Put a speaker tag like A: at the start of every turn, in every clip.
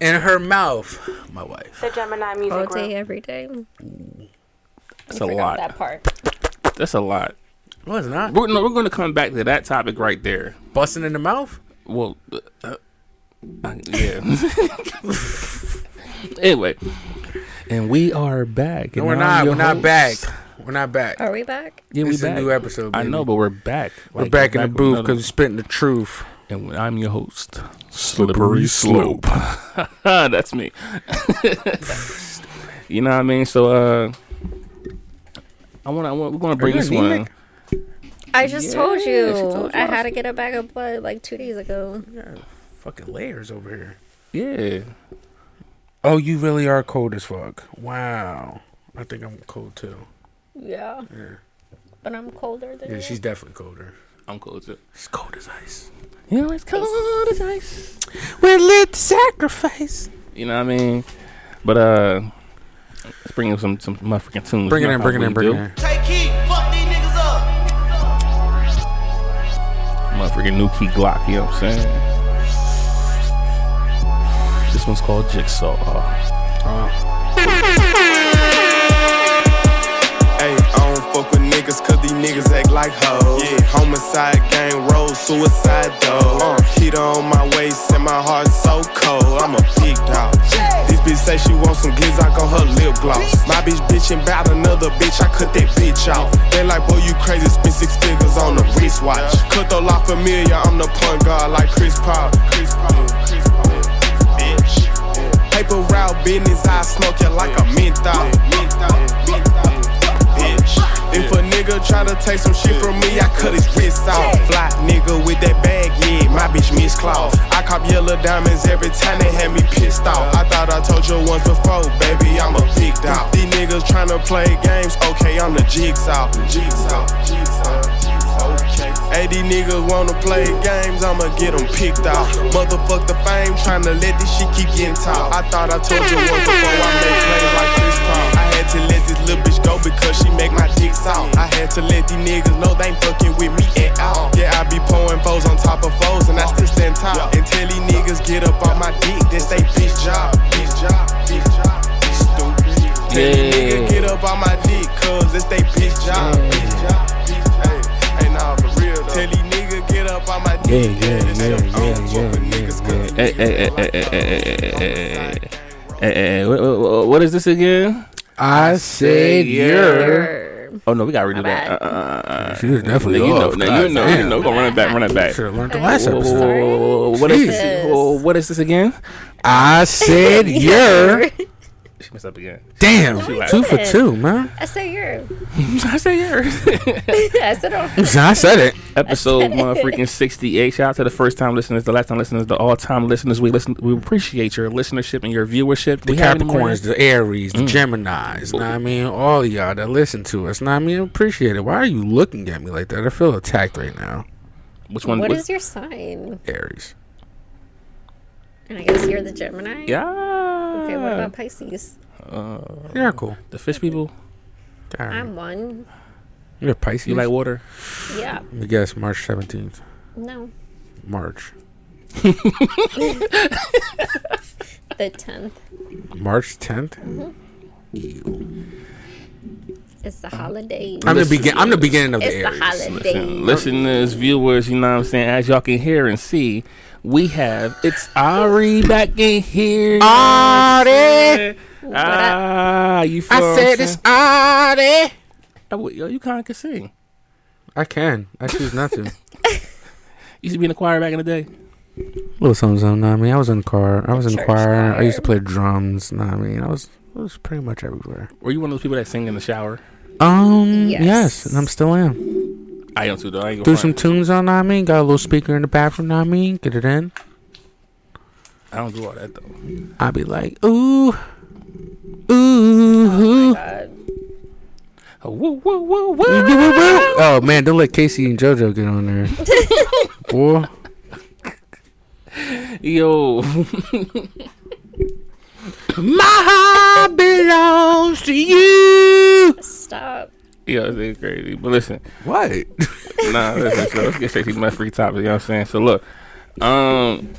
A: in her mouth. My wife.
B: The Gemini Music
C: All
B: Room.
C: day, every day.
D: That's
C: I
D: a
C: forgot
D: lot.
C: That part.
D: That's a lot.
A: No, it's not.
D: We're, no, we're going to come back to that topic right there.
A: Busting in the mouth?
D: Well, uh, uh, I- yeah. anyway, and we are back.
A: No,
D: and
A: we're
D: I'm
A: not.
D: your
A: We're not
D: host.
A: back. We're not back.
C: Are we back?
D: Yeah, we
A: This is a
D: back.
A: new episode,
D: I
A: baby.
D: know, but we're back.
A: We're
D: Like,
A: back in the
D: with
A: booth
D: another-
A: because we're spitting the truth.
D: and I'm your host, Slippery Slope. That's me. you know what I mean? So, uh, I want to. We're going to bring
A: you
D: this one.
A: anemic?
C: I just told
D: Yeah,
C: you.
D: she told you.
C: I had to get a bag of blood like two days ago.
A: Fucking layers over here.
D: Yeah.
A: Oh, you really are cold as fuck. Wow. I think I'm cold too.
C: Yeah. But I'm colder than
A: Yeah,
C: you.
A: she's definitely colder.
D: I'm cold too.
A: She's cold as ice.
D: You know, it's cold as ice.
A: We live to sacrifice.
D: You know what I mean? But uh, let's bring in some some my freaking tunes.
A: Bring it
D: You know
A: in,
D: how
A: bring it
D: we
A: in, bring it
D: do.
A: in.
E: Take heat, fuck these niggas up.
D: Motherfucking new key Glock, you know what I'm saying? This one's called Jigsaw.
F: Hey, I don't fuck with niggas cause these niggas act like hoes. Yeah, homicide gang roll, suicide though. Uh, heat on my waist and my heart so cold. I'm a big dog. This bitch say she want some glizzock on her lip gloss. My bitch bitchin' bout another bitch, I cut that bitch off. They like, boy, you crazy, spend six figures on a wristwatch. Cut the lot familiar, I'm the punk guard like Chris Paul. Chris Paul, Chris Paul. Bitch. Paper route business, I smoke you like a menthol. If a nigga try to take some shit from me, I cut his wrist off. Fly nigga with that bag, yeah, my bitch miss Claus. I cop yellow diamonds every time they had me pissed off. I thought I told you once before, baby, I'm a big dog. These niggas tryna play games, okay, I'm the jigsaw. Jigsaw, jigsaw, jigsaw, okay. Hey, these niggas wanna play games, I'ma get them picked off. Motherfuck the fame, tryna let this shit keep getting tall. I thought I told you once before I made plays like Chris Paul. I had to let this little bitch go because she make my dick soft. I had to let these niggas know they ain't fucking with me at all. Yeah, I be pouring foes on top of foes and I still stand tall. And tell these niggas get up on my dick, that's they bitch job. Bitch job, bitch job, bitch stupid. Tell these
D: Yeah.
F: niggas get up on my dick, cuz that's they bitch job. Bitch job, bitch job. Hey, hey, nah, for real. though. Tell these niggas get up on my dick.
A: Yeah, yeah,
F: that's
A: yeah,
F: your- I don't
A: yeah,
F: fuck with
A: yeah,
F: niggas
A: yeah,
F: 'cause
A: yeah.
F: these
D: Hey, hey, hey, hey, hey, hey, hey, hey, hey, hey, Hey, hey, hey, what- what- what is this again?
A: I said you're.
C: Err.
D: Oh no, we gotta redo
C: bad.
D: that. Uh, uh, uh, uh.
A: She was definitely
D: Now you know,
A: off.
D: now you know, you
A: Goddamn.
D: know. Go run it back, run it back.
A: Should have learned the
C: Okay.
A: last
D: Whoa, whoa,
A: episode.
D: whoa, whoa, whoa, whoa, What is this?
C: Jesus.
D: whoa, What is this again?
A: I said you're.
D: She messed up again.
A: Damn, two for
C: did.
A: two, man.
C: I said you're.
D: I say yours.
C: I said on.
A: I said it.
D: Episode motherfucking sixty eight. Shout out to the first time listeners, the last time listeners, the all time listeners. We listen. We appreciate your listenership and your viewership.
A: The
D: we Mm. have any more-
A: Capricorns, the Aries, the Geminis, know what I mean? All of y'all that listen to us, know what I mean? Appreciate it. Why are you looking at me like that? I feel attacked right now.
D: Which one?
C: What
D: which-
C: is your sign?
A: Aries.
C: And I guess you're the Gemini.
D: Yeah.
C: Okay. What about Pisces?
A: You're cool.
D: Uh, the fish people?
A: All right.
C: I'm one.
A: You're Pisces.
D: You like water?
C: Yeah.
A: Let me guess, March 17th.
C: No.
A: March.
C: The tenth
A: March 10th?
C: is the holiday.
A: I'm the,
D: Listen,
A: begin- I'm the beginning of the
C: It's the
A: Aries.
C: holiday.
D: Listeners, viewers, you know what I'm saying? As y'all can hear and see, we have it's Ari back in here.
A: Ari!
D: Ah, you feel
A: I said it's Ari!
D: Yo, you kind of can sing.
A: I can. I choose not to.
D: You used to be in the choir back in the day.
A: little something, something. Know what I mean, I was in the car. I was in the
C: Church
A: choir. I
C: choir.
A: used to play drums. Know what I mean, I was I was pretty much everywhere.
D: Were you one of those people that sing in the shower?
A: Um, yes,
C: Yes.
A: and I'm still am.
D: I am too, though. I ain't gonna
A: Do
D: front.
A: some tunes on. Know what I mean, got a little speaker in the bathroom. Know what I mean, get it in.
D: I don't do all that though.
A: I'd be like, ooh, ooh. ooh.
C: God.
D: Oh, woo, woo, woo, woo.
A: Oh man, don't let Casey and JoJo get on there. Boy,
D: Yo,
A: my heart belongs to you.
C: Stop.
D: yo, this is crazy. But listen,
A: What?
D: nah, listen. So let's get straight to my free topic. You know what I'm saying? So look, um,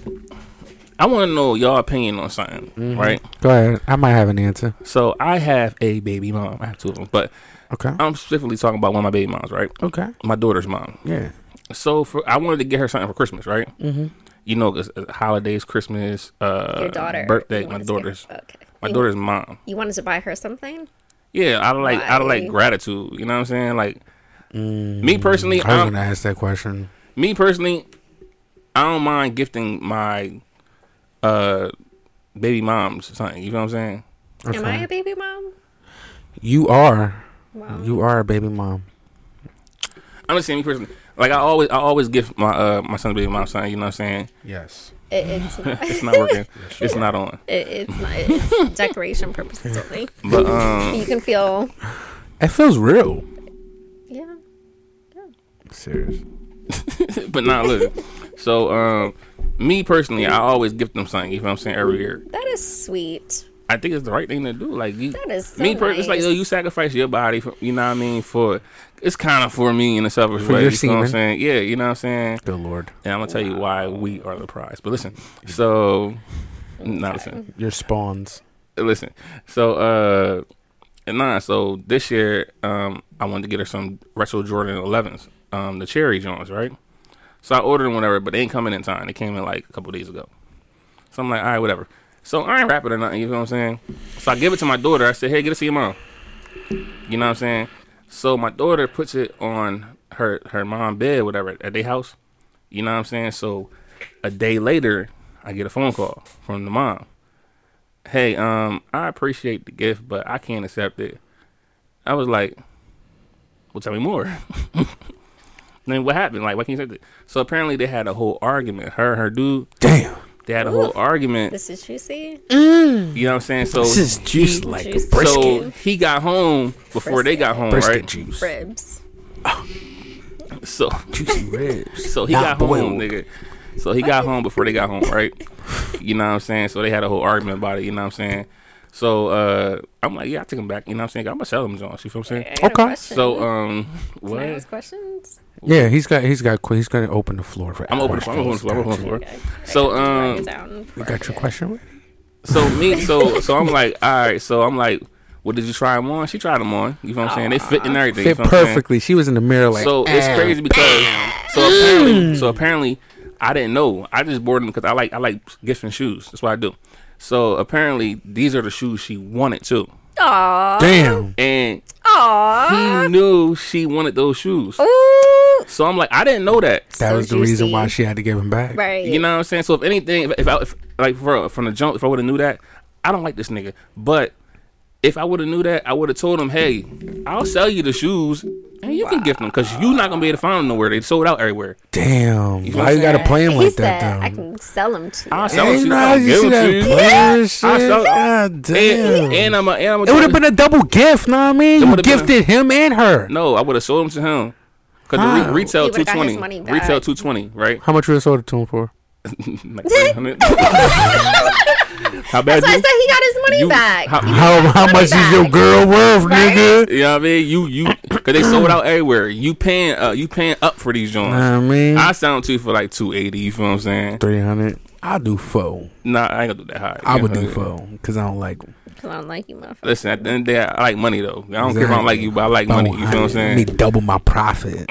D: I want to know y'all opinion on something,
A: Mm-hmm.
D: right?
A: Go ahead. I might have an answer.
D: So I have a baby mom. I have two of them, but
A: Okay.
D: I'm specifically talking about one of my baby moms, right?
A: Okay.
D: My daughter's mom.
A: Yeah.
D: So for I wanted to get her something for Christmas, right? Mm-hmm. You know, 'cause, uh, holidays, Christmas, uh,
C: Your daughter.
D: birthday,
C: You
D: my
C: wanted to get-
D: daughter's,
C: Okay.
D: my
C: You-
D: daughter's mom.
C: You wanted to buy her something?
D: Yeah, I like I like
C: Why?
D: gratitude. You know what I'm saying? Like me personally,
A: Mm, I was
D: I'm,
A: gonna ask that question.
D: me personally, I don't mind gifting my uh baby moms something. You know what I'm saying?
C: Am I a baby mom?
A: You are.
C: Wow.
A: You are a baby mom.
D: I'm just saying me personally. Like I always I always gift my uh my son's baby mom something. You know what I'm saying?
A: Yes.
C: It, it's not,
D: It's not working. it's not on.
C: it, it's not it's decoration purposes only.
D: But um,
C: You can feel,
A: It feels real.
C: yeah.
A: Serious.
D: but not listen. So um, me personally,
C: Mm.
D: I always gift them something. You know what I'm saying? Every year,
C: That is sweet.
D: I think it's the right thing to do. Like you,
C: That is so
D: me personally, it's like
C: nice.
D: yo, you sacrifice your body. For, you know what I mean? For it's kind of for me in a selfish
A: For
D: way.
A: your
D: you know what
A: semen.
D: I'm saying? Yeah, you know what I'm saying.
A: Good lord.
D: And I'm gonna tell you why we are the prize. But listen, so not listen,
A: Your spawns.
D: listen. So uh, and nah. So this year, um, I wanted to get her some retro Jordan 11s, um, the cherry joints, right? So I ordered them, whatever, but they ain't coming in time. They came in like a couple days ago. So I'm like, all right, whatever. So I ain't rapping or nothing, you know what I'm saying? So I give it to my daughter. I said, hey, get it to your mom. You know what I'm saying? So my daughter puts it on her her mom bed, whatever, at their house. You know what I'm saying? So a day later, I get a phone call from the mom. Hey, um, I appreciate the gift, but I can't accept it. I was like, well, tell me more. then what happened? Like, why can't you accept it? So apparently they had a whole argument. Her and her dude,
A: Damn.
D: they had a whole argument.
C: This is juicy.
D: You know what I'm saying? So
A: This is juice
D: he-
A: like
C: juice.
A: brisket.
D: So he got home before they got home,
A: brisket
D: right?
A: juice.
C: Ribs.
D: So
A: Juicy ribs.
D: so he
A: Not
D: got home,
A: boiled.
D: nigga. So he got home before they got home, right? you know what I'm saying? So they had a whole argument about it, you know what I'm saying? So uh I'm like, yeah, I take him back, you know what I'm saying? I'm gonna sell him John, you feel what I'm saying?
C: I got a
A: Okay.
C: question.
D: So um
C: Can I
D: what?
C: ask questions?
A: Yeah, he's got he's got que- he's gonna open the floor for
D: I'm open for I'm open
A: questions.
D: for I'm open for
C: Okay.
D: So,
C: I
D: um,
C: can write it down.
A: You got your question ready?
D: So me, so so I'm like, all right, so I'm like, well, did you try them on? She tried them on. You know what I'm saying? They fit and everything. you
A: Oh. Fit
D: feel what I'm saying?
A: perfectly. She was in the mirror like
D: so it's
A: "Ah."
D: crazy because so apparently so apparently I didn't know. I just bought them because I like I like gifts and shoes. That's what I do. So apparently these are the shoes she wanted too,
C: Aww.
A: Oh. Damn.
D: and
C: Aww.
D: he knew she wanted those shoes.
C: Ooh.
D: So I'm like, I didn't know that.
A: That
C: So
A: was the reason
C: juicy.
A: why she had to give him back.
C: Right.
D: You know what I'm saying? So if anything, if, if I if, like for from the jump, if I would have knew that, I don't like this nigga. But if I would have knew that, I would have told him, hey, I'll sell you the shoes. And you can gift them because you're not gonna be able to find them nowhere. They sold out everywhere.
A: Damn. Why
D: what
A: you gotta
D: I'm
A: play him
C: He
A: like
C: said,
A: that
C: I
A: though?
C: can sell them to you.
D: I'll sell them
A: Hey,
D: to you.
A: nah,
D: I'll
A: you
D: give
A: see
D: them
A: that
D: to you.
A: player
D: I
A: shit?
D: saw-
A: God damn.
D: And, and I'm a, and I'm a
A: it would have been a double gift, know what I mean? You
D: would've been a-
A: gifted him and her.
D: no. I would have sold them to him because the
A: How?
D: re- retail
C: He
D: two
C: would've got his
D: twenty,
C: money back.
D: retail two twenty, right?
A: How much you sold it to him for?
D: like 300. how bad
C: That's why I
D: you?
C: said he got his money
D: you-
C: back.
D: how-
C: He got
A: How
C: his
A: how
C: money
A: much is
C: back.
A: your girl worth, nigga?
D: You know what I mean? You you because they sold out everywhere. You paying uh, you paying up for these joints.
A: Know what I mean,
D: I sound to you for like two eighty. You feel what I'm saying?
A: three hundred. I'll do four.
D: Nah, I ain't gonna do that high.
A: I would do
D: Yeah.
A: four because I don't like 'em.
C: 'Cause I don't like you, motherfucker.
D: Listen, at the end of the day, I like money though. I don't care if I don't like you, but I like money. You feel what I'm
A: I
D: saying?
A: need double my profit.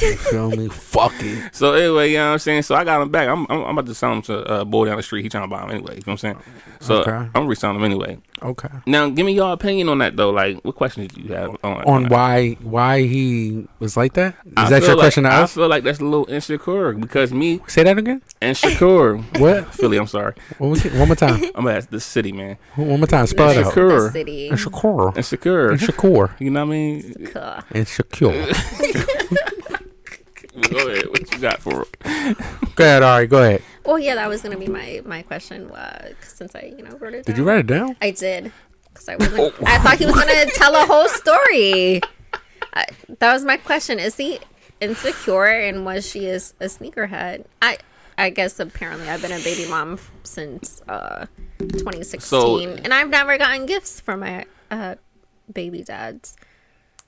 A: you feel me? Fuck it.
D: So anyway, you know what I'm saying. So I got him back. I'm I'm, I'm about to sell him to a uh, boy down the street. He trying to buy him anyway. You know what I'm saying? So
A: Okay.
D: I'm gonna resell him anyway.
A: Okay.
D: Now, give me your opinion on that though. Like, what questions do you have on
A: On
D: that?
A: why why he was like that? Is
D: I
A: that
D: feel
A: your
D: like-
A: question to
D: I
A: us?
D: feel like that's a little insecure because me
A: Say that again.
D: insecure.
A: What?
D: Philly, I'm sorry.
A: What was it? One more time.
D: I'm gonna ask the city man.
A: One more time. Spell it out.
D: Insecure.
C: The city.
A: Insecure.
D: Insecure.
A: Insecure.
D: You know what I mean?
C: Cool.
A: Insecure.
D: Go ahead. What you got for it?
A: Go ahead. All right. Go ahead.
C: Well, yeah, that was gonna be my my question. Uh, since I you know wrote it.
A: Did you write it down? Oh.
C: I did. Because I wasn't. I thought he was gonna tell a whole story. I, that was my question. Is he insecure and was she is a sneakerhead? I I guess apparently I've been a baby mom f- since uh 2016,
D: So-
C: and I've never gotten gifts from my uh baby dads.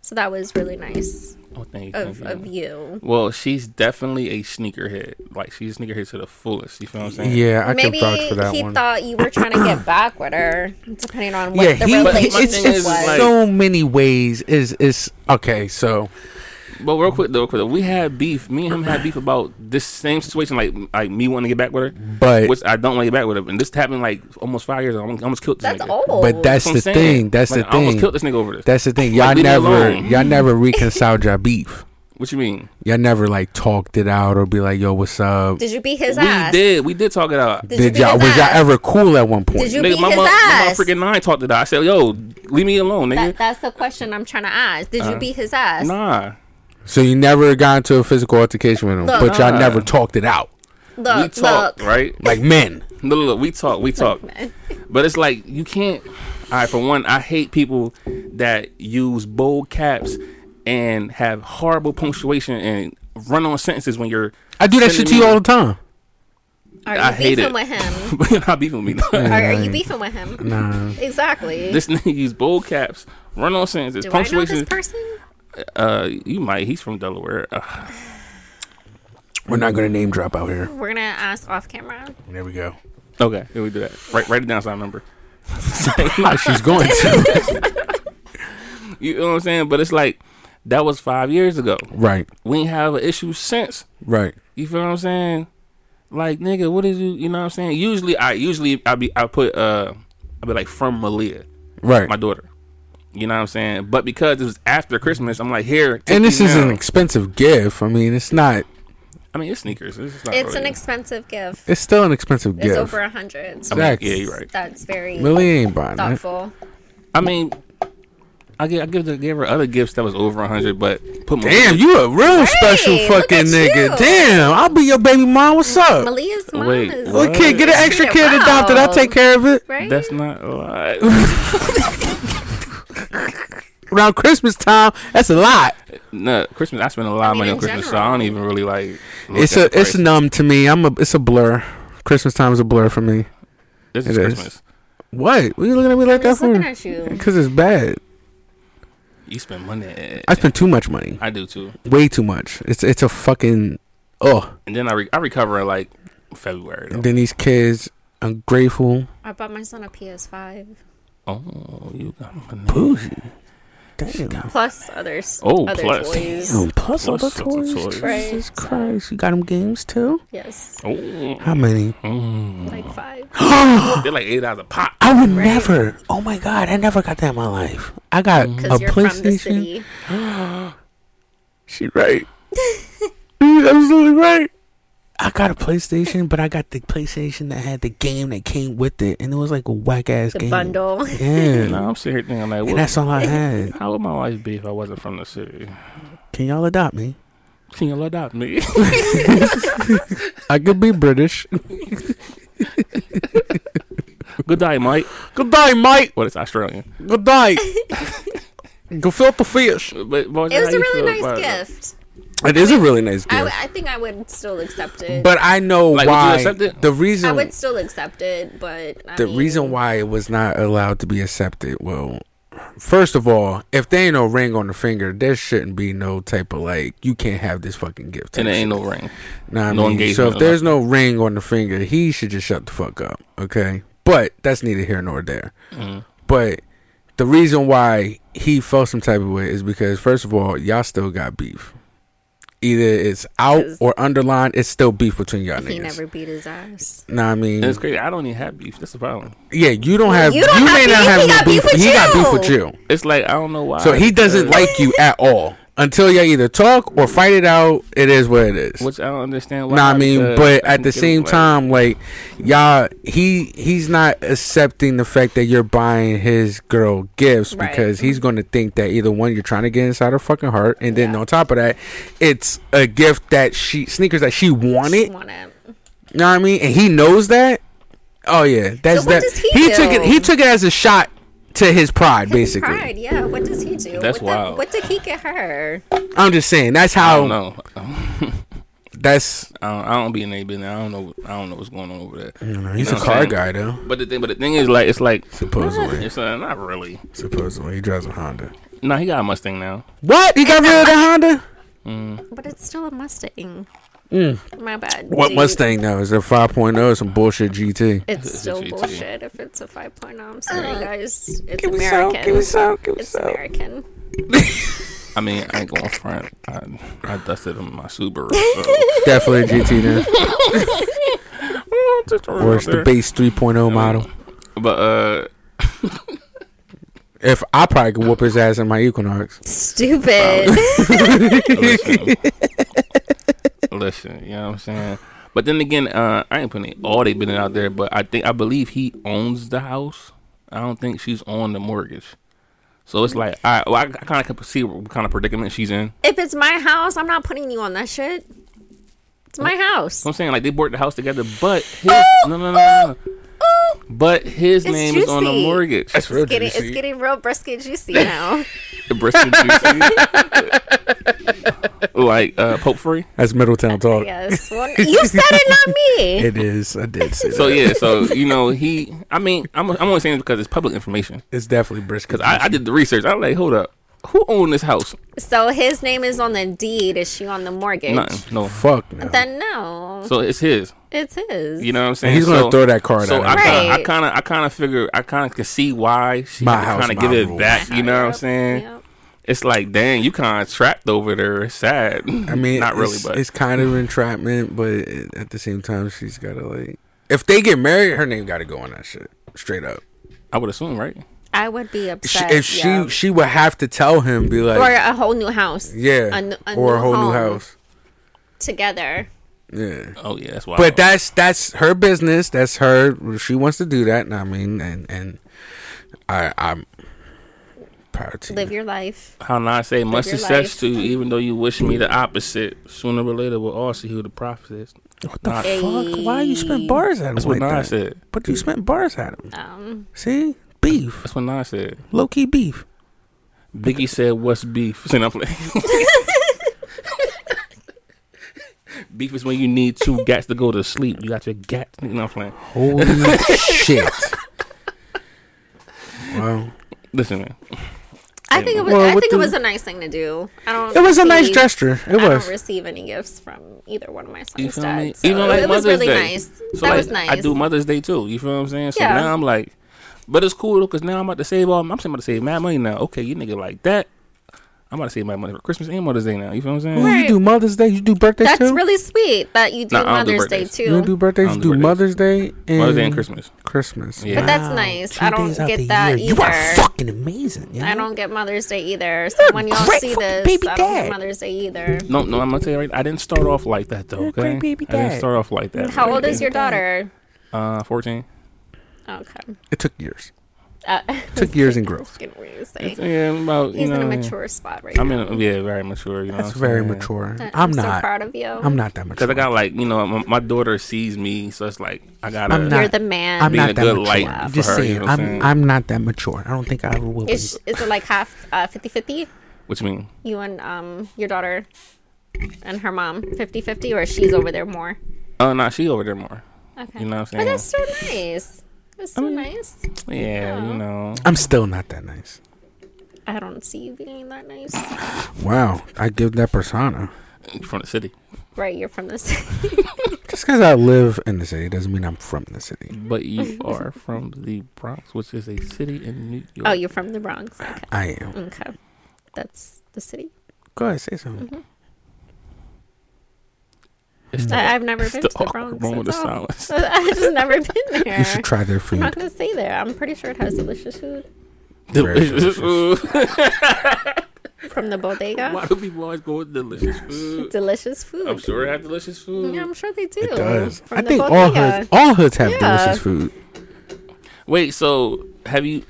C: So that was really nice
D: Oh, thank you. thank
C: of,
D: you.
C: of you.
D: Well, she's definitely a sneakerhead. Like she's a sneakerhead to the fullest. You feel what I'm saying?
A: Yeah, I
C: Maybe
A: can vouch for that
C: he
A: one.
C: thought you were trying to get back with her, depending on what
A: yeah,
C: the
A: he. It's
C: relationship
D: thing is,
A: just
C: was.
D: like-
A: so many ways. Is is okay. So
D: But real quick, though, real quick, though, we had beef. Me and him had beef about this same situation. Like, like me wanting to get back with her,
A: But-
D: which I don't want to get back with her. And this happened like almost five years ago. I almost- I almost killed this
C: That's
D: nigga.
C: old.
A: but that's
D: what
A: the
D: I'm saying.
A: thing. That's
D: Like,
A: the
D: I almost
A: thing.
D: killed this nigga over this.
A: That's the thing. Y'all
D: Like, leave me
A: never
D: alone.
A: y'all never reconciled your beef.
D: what you mean?
A: Y'all never like talked it out or be like, yo, what's up?
C: did you beat his
D: we
C: ass?
D: did. We did talk it out.
C: Did,
A: Did
C: you
A: y'all
C: beat
A: was
C: his
A: y'all
C: ass?
A: ever cool at one point?
C: Did you beat
D: my
C: his
D: mo- my
C: ass?
D: freaking nine talked it out. I said, "Yo, leave me alone, nigga." Uh,
C: That, that's the question I'm trying to ask. Did you beat his ass?
D: nah.
A: so you never got into a physical altercation with him,
C: Look.
A: but y'all
D: Nah.
A: never talked it out
D: We
C: Look,
D: talk,
C: look.
D: right?
A: like men.
D: No, no, no. We talk. We talk. but it's like you can't. All right. For one, I hate people that use bold caps and have horrible punctuation and run on sentences when you're.
A: I do that shit to you all the time.
C: Are you
D: I hate
C: beefing
D: it.
C: with him?
D: But you're not beefing me.
C: Are, are
A: Right.
C: you beefing with him?
A: Nah.
C: Exactly.
D: this nigga use bold caps, run on sentences,
C: Do I know this
D: punctuation.
C: person?
D: Uh, you might. He's from Delaware. Uh,
A: We're not gonna name drop out here.
C: We're gonna ask off camera.
A: There we go.
D: okay, here we do that. Write, write it down so I remember.
A: Nah, she's going to.
D: You know what I'm saying? But it's like that was five years ago.
A: right.
D: We ain't have an issue since.
A: Right.
D: You feel what I'm saying? Like nigga, what is you? You know what I'm saying? Usually, I usually I be I put uh I be like from Malia,
A: Right.
D: my daughter. You know what I'm saying? But because it was after Christmas, I'm like here. take
A: and this
D: these
A: is
D: now.
A: an expensive gift. I mean, it's not.
D: I mean, it's sneakers. It's, just not
C: It's an
D: really-
C: expensive gift.
A: It's still an expensive
C: It's
A: gift.
C: over a hundred.
D: I mean,
A: Exactly.
D: Yeah, you're right.
C: That's very
A: Millie ain't buying it.
C: thoughtful.
D: I mean, I give I give, the, give her other gifts that was over hundred, but put Malia-
A: Damn, you a real special
C: look
A: fucking
C: at
A: nigga.
C: you.
A: Damn, I'll be your baby mom. What's up?
C: Malia's mom
D: Wait,
C: is
D: what?
A: Look, kid, get an extra
C: Wow.
A: kid adopted. I'll take care of it.
C: right.
D: That's not a lot.
A: Around Christmas time, that's a lot.
D: no, Christmas. I spend a lot of
C: mean,
D: money
C: in
D: on Christmas, so
C: general.
D: I don't even really like. look
A: It's
D: at
A: a it's
D: prices.
A: numb to me. I'm a it's a blur. Christmas time is a blur for me.
D: This is
A: it is.
D: Christmas.
A: What? What you looking at me like
C: I'm just looking
A: that
C: at you.
A: for? Because it's bad.
D: You spend money.
A: I spend too much money.
D: I do too.
A: Way too much. It's it's a fucking oh.
D: And then I re- I recover in like February. Though.
A: Then these kids ungrateful.
C: I bought my son a PS5
D: Oh, you got money.
A: Damn.
C: plus others.
D: Oh,
C: other
D: plus.
C: toys.
A: Oh, plus all the
D: Plus all the
A: toys.
D: toys.
A: Jesus Christ, you got them games too?
C: Yes,
D: Oh,
A: How many?
D: Mm.
C: like five.
D: they're like eight dollars a pop.
A: I would never. Oh my god, I never got that in my life. I got a
D: Mm-hmm.
C: Because you're
A: PlayStation.
C: from the city.
A: She right. She's absolutely right. I got a PlayStation, but I got the PlayStation that had the game that came with it, and it was like a whack ass
C: The
A: game.
C: bundle.
A: Yeah,
D: No, I'm sitting here thinking like,
A: and
D: what,
A: that's all I had.
D: how would my life be if I wasn't from the city?
A: Can y'all adopt me?
D: Can you adopt me?
A: I could be British.
D: Good day, mate.
A: Good day, mate.
D: Well, it's Australian.
A: Good day. Go fill the fish.
D: But boys,
C: It
D: how
C: was a
D: you
C: really
D: feel
C: nice
D: about it?
C: gift.
A: It is a really nice
C: I,
A: gift,
C: w- I think I would still accept it.
A: but I know
D: Like, would you
A: why.
D: accept it?
A: The
C: I
A: reason
C: would still accept it, but I
A: the
C: mean,
A: reason why it was not allowed to be accepted well first of all if there ain't no ring on the finger there shouldn't be no type of like you can't have this fucking gift
D: And it ain't no ring.
A: Nah, I
D: no
A: mean, so
D: engagement
A: if
D: or
A: there's no ring on the finger he should just shut the fuck up okay but that's neither here nor there
D: Mm.
A: but the reason why he felt some type of way is because first of all y'all still got beef either it's out
C: 'Cause-
A: or underlined it's still beef between y'all
C: he
A: niggas
C: never beat his ass.
A: nah i mean
D: And it's crazy. I don't even have beef. That's the problem.
A: yeah you don't have you,
C: you don't have
A: may
C: beef,
A: not
C: he
A: have
C: got
A: no beef
C: beef with
A: he got beef
C: you.
A: with you
D: It's like I don't know why.
A: So he doesn't
D: because-
A: like you at all until y'all either talk or fight it out. It is what it is.
D: Which I don't understand. Why
A: Nah, I mean,
D: because
A: but at
D: I can
A: the
D: give a
A: same
D: fuck.
A: time, like y'all, he he's not accepting the fact that you're buying his girl gifts
C: Right.
A: because he's going to think that either one you're trying to get inside her fucking heart, and then on top of that, it's a gift that she sneakers that she
C: She
A: wanted.
C: want it.
A: You know what I mean? And he knows that. Oh yeah, that's
C: what
A: that.
C: does he
A: took it.
C: do?
A: He took it as a shot to his pride,
C: His
A: basically.
C: pride, yeah. What does he do?
D: That's
C: what
D: wild.
C: Did, what did he get her?
A: I'm just saying. That's
D: I
A: how.
D: don't know. Mm-hmm.
A: That's
D: I don't, I don't be in any business. I don't know. I don't know what's going on over there.
A: He's
D: know
A: a
D: what
A: car
D: I'm saying?
A: guy, though.
D: But the thing, but the thing is, like, it's like
A: Supposedly.
D: It's uh, not really.
A: Supposedly, he drives a Honda.
D: Nah, he got a Mustang now. Mm.
A: What? He got rid of the Honda?
C: But it's still a Mustang. My bad.
A: What
C: Dude,
A: Mustang now? Is it 5.0 or some bullshit GT?
C: It's
D: a
C: still
D: GT.
C: bullshit if it's a 5.0. I'm sorry, guys. It's
A: Give me some.
C: American.
A: Give me some. Give me
C: It's
A: some.
C: American.
D: I mean, I ain't going front. I, I dusted him my Subaru. So.
A: Definitely a GT now.
D: Just throw it
A: Or
D: out
A: it's the
D: there.
A: base 3.0 model.
D: But uh,
A: If I probably could whoop his ass in my Equinox.
C: Stupid.
D: listen, listen, you know what I'm saying. But then again, uh, I ain't putting all they been out there. But I think I believe he owns the house. I don't think she's on the mortgage. So it's like I, well, I, kind of can see what kind of predicament she's in.
C: if it's my house, I'm not putting you on that shit. It's my house.
D: So I'm saying like they bought the house together, but his, no, no, no, no, no. But his
C: Oh, It's
D: name is on the
C: juicy.
D: mortgage.
A: That's real
C: It's getting, it's getting real brisket juicy now.
D: the brisket juicy. like uh, Pope Free.
A: That's Middletown talk.
C: yes. Well, you said it, not me.
A: It is. I did see
D: So
A: that.
D: yeah, so you know he. I mean, I'm I'm only saying this because it's public information.
A: It's definitely brisket.
D: Because I, I did the research. I'm like, hold up, who owned this house?
C: so his name is on the deed. Is she on the mortgage?
D: Nothing. No.
A: Fuck no.
C: Then no,
D: So it's his.
C: it's his.
D: You know what I'm saying?
A: he's gonna
D: So-
A: throw that card
D: So
A: at
D: I
A: him.
D: kinda, I
C: Right.
D: kind of I kind of figure I kind of can see why she
A: My
D: kind
A: house,
D: of give
A: my
D: it
A: rules.
D: back. You know what I'm
C: Yep,
D: saying?
C: yep.
D: It's like, dang, you kind of trapped over there. It's sad.
A: I mean,
D: not really,
A: it's,
D: but
A: it's kind of entrapment, but it- at the same time, she's gotta like. If they get married, her name gotta go on that shit straight up.
D: I would assume, right?
C: I would be
A: She,
C: upset
A: if she
C: yeah.
A: she would have to tell him, be like,
C: or a whole new house.
A: yeah,
C: a, n- a
A: or a whole new
C: home
A: house,
C: together.
A: yeah.
D: Oh yeah, that's why.
A: But that's that's her business. That's her. She wants to do that. And I mean, and and I I'm proud to
C: Live
A: you.
C: your life.
D: how not say much
C: your
D: success
C: life.
D: to you, even though you wish me the opposite. Sooner or later, we'll all see who the prophet is. What the
C: Hey.
A: Fuck! Why you spent bars at him?
D: That's what
A: like
D: Nas
A: that?
D: said.
A: But you spent bars at him.
C: Um,
A: See, beef,
D: That's what Nas said.
A: low key beef.
D: Biggie said, "What's beef?" See, I'm playing. beef is when you need two gats to go to sleep. You got your gats. You know what I'm playing.
A: Holy shit! Wow.
D: Listen, man.
C: I think it was.
A: Well,
C: I
A: what
C: think
A: the-
C: it was a nice thing to do. I don't.
A: It was a nice
C: receive-
A: gesture. It
C: I don't
A: was.
C: receive any gifts from either one of my
D: You
C: sons'
D: feel me?
C: dads. So
D: Even like
C: it was
D: Mother's
C: really
D: Day.
C: nice.
D: So
C: that
D: like,
C: was nice.
D: I do Mother's Day too. You feel what I'm saying? So
C: Yeah.
D: now I'm like, but it's cool because now I'm about to save all. I'm about to save mad money now. Okay, you nigga like that. I'm about to save my money for Christmas and Mother's Day now. You feel what I'm saying?
A: You
C: Right.
A: do Mother's Day. You do birthdays
C: That's
A: too.
C: really sweet that you do
D: Nah, I don't do
C: Mother's Day
D: birthdays.
A: you don't
C: too.
A: do
D: I
A: birthdays.
D: don't
A: You
D: do
A: do
D: birthdays.
A: Mother's Day and
D: Mother's Day and Christmas.
A: Christmas.
D: Yeah. But
C: that's nice. I don't get that
A: You are
C: either.
A: fucking amazing. You
C: I
A: know?
C: don't get Mother's Day either. So when y'all
A: great
C: see
A: fucking
C: this,
A: baby
C: I don't
A: dad.
C: get Mother's Day either.
D: No, no, I'm gonna tell you right. I didn't start off like that though.
A: You're a
D: Okay,
A: great baby
D: I didn't
A: dad.
D: start off like that.
C: How old
D: baby.
C: is your daughter?
D: Uh, 14.
C: Okay.
A: It took years.
C: Uh,
A: took years in growth.
C: what were you saying?
D: Yeah, about you
C: He's
D: know.
C: in a mature spot right
D: I'm
C: now.
D: in a, yeah, very mature. You know,
A: That's very mature.
C: I-
A: I'm
C: so
A: not.
C: proud of you.
A: I'm not that
D: Because
A: mature.
D: I got like you know, my, my daughter sees me, so it's like I gotta.
A: I'm
C: You're
A: not-
C: the man.
A: I'm
D: being a
A: not that
D: good
A: mature.
D: light
A: I'm
D: for
A: just
D: her, you
A: saying.
D: know what I'm saying?
A: I'm I'm not that mature. I don't think I ever will be.
C: Is, is it like half uh, 50-50?
D: What you mean?
C: You and um your daughter and her mom 50-50 or she's over there more?
D: Oh no, she over there more.
C: Okay.
D: You know what I'm
C: But
D: saying?
C: that's so nice. That's so nice.
D: Yeah, you know.
A: I'm still not that nice.
C: I don't see you being that nice.
A: Wow, I give that persona.
D: From the city,
C: Right, you're from the city.
A: Just because I live in the city doesn't mean I'm from the city.
D: but you are from the Bronx, which is a city in New York.
C: Oh, you're from the Bronx. Okay.
A: I am.
C: Okay. That's the city.
A: Go ahead, say something.
D: It's the,
C: I, I've never been
D: it's
C: to
D: the
C: the
D: awkward
C: Bronx.
D: moment of
C: That's all.
D: silence.
C: I've just never been there.
A: You should try their
C: I'm
A: food.
C: not gonna stay there. I'm pretty sure it has delicious food
D: delicious food.
C: from the bodega.
D: Why do people always go with delicious food?
C: Delicious food. Mm-hmm.
D: I'm sure it had delicious food.
C: Yeah, I'm sure they do.
A: It does.
C: From
A: I
C: the
A: think all
C: bodega.
A: hoods, all hoods have
C: Yeah.
A: delicious food.
D: Wait, so have you?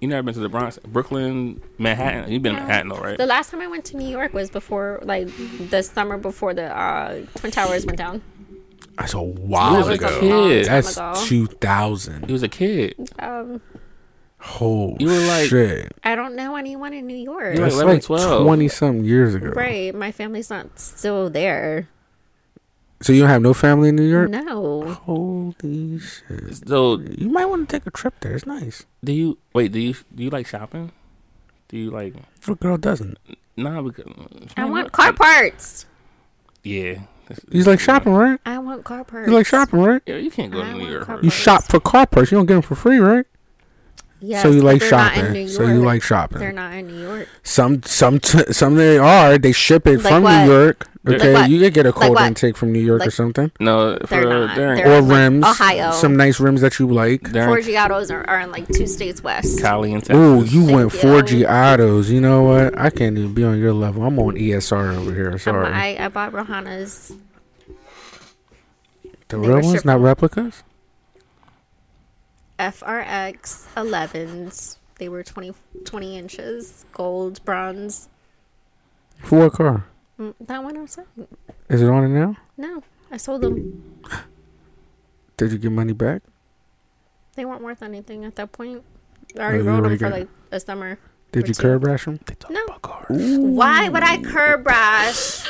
D: You never been to the Bronx, Brooklyn, Manhattan? You've been in Manhattan, though, right?
C: The last time I went to New York was before, like, the summer before the uh, Twin Towers went down.
A: That's a while
D: was a
A: ago.
D: kid.
C: long time
A: That's
C: ago.
A: two
D: You
A: thousand.
D: was a kid.
C: Um,
A: Holy
D: You were like-
A: shit!
C: I don't know anyone in New York.
D: You were
A: That's
D: 11,
A: like
D: 12.
A: twenty something years ago.
C: Right, my family's not still there.
A: So you don't have no family in New York?
C: No,
A: Holy shit!
D: So
A: You might want to take a trip there. It's nice.
D: do you wait? Do you do you like shopping? Do you like?
A: What girl doesn't?
D: Nah, because
C: I want car parts.
D: Yeah, That's-
A: You like shopping, right?
C: I want car parts.
A: You like shopping, right?
D: Yeah, you can't go
C: I
D: to New
C: want
D: York.
C: car
A: You
C: parts.
A: shop for car parts. You don't get them for free, right?
C: Yes,
A: so you
C: but
A: like
C: they're not in
A: shopping.
C: New
A: So you
C: York.
A: like shopping.
C: They're not in New York.
A: Some some t- some they are. They ship it
C: Like
A: from
C: what?
A: New York.
D: Like
A: Okay,
C: what?
A: you could get a
C: Like
A: cold
C: what?
A: intake from New York or
C: Like-
A: something,
D: No, for
C: They're not.
D: they're in-
C: They're-
A: or
C: like
A: rims.
C: Ohio.
A: Some nice rims that you like.
D: they're in
C: Forgiatos are, are in like two states west.
D: Cali and Texas.
A: Oh, you went
C: you.
A: four G autos. You know what? I can't even be on your level. I'm on ESR over here.
C: Um,
A: Sorry,
C: I, I bought Rohana's.
A: the
C: they
A: real
C: were
A: ones,
C: shipped-
A: not replicas.
C: FRX 11s. They were 20, 20 inches, gold, bronze.
A: For what car?
C: Mm, That one I was saying.
A: Is it on it now?
C: No, I sold them.
A: Did you get money back?
C: They weren't worth anything at that point. I already
A: Oh, you
C: rode
A: already
C: them for
A: got-
C: like a summer.
A: Did
C: Or
A: you
C: two.
A: curb rash them?
C: No. Why would I curb rash?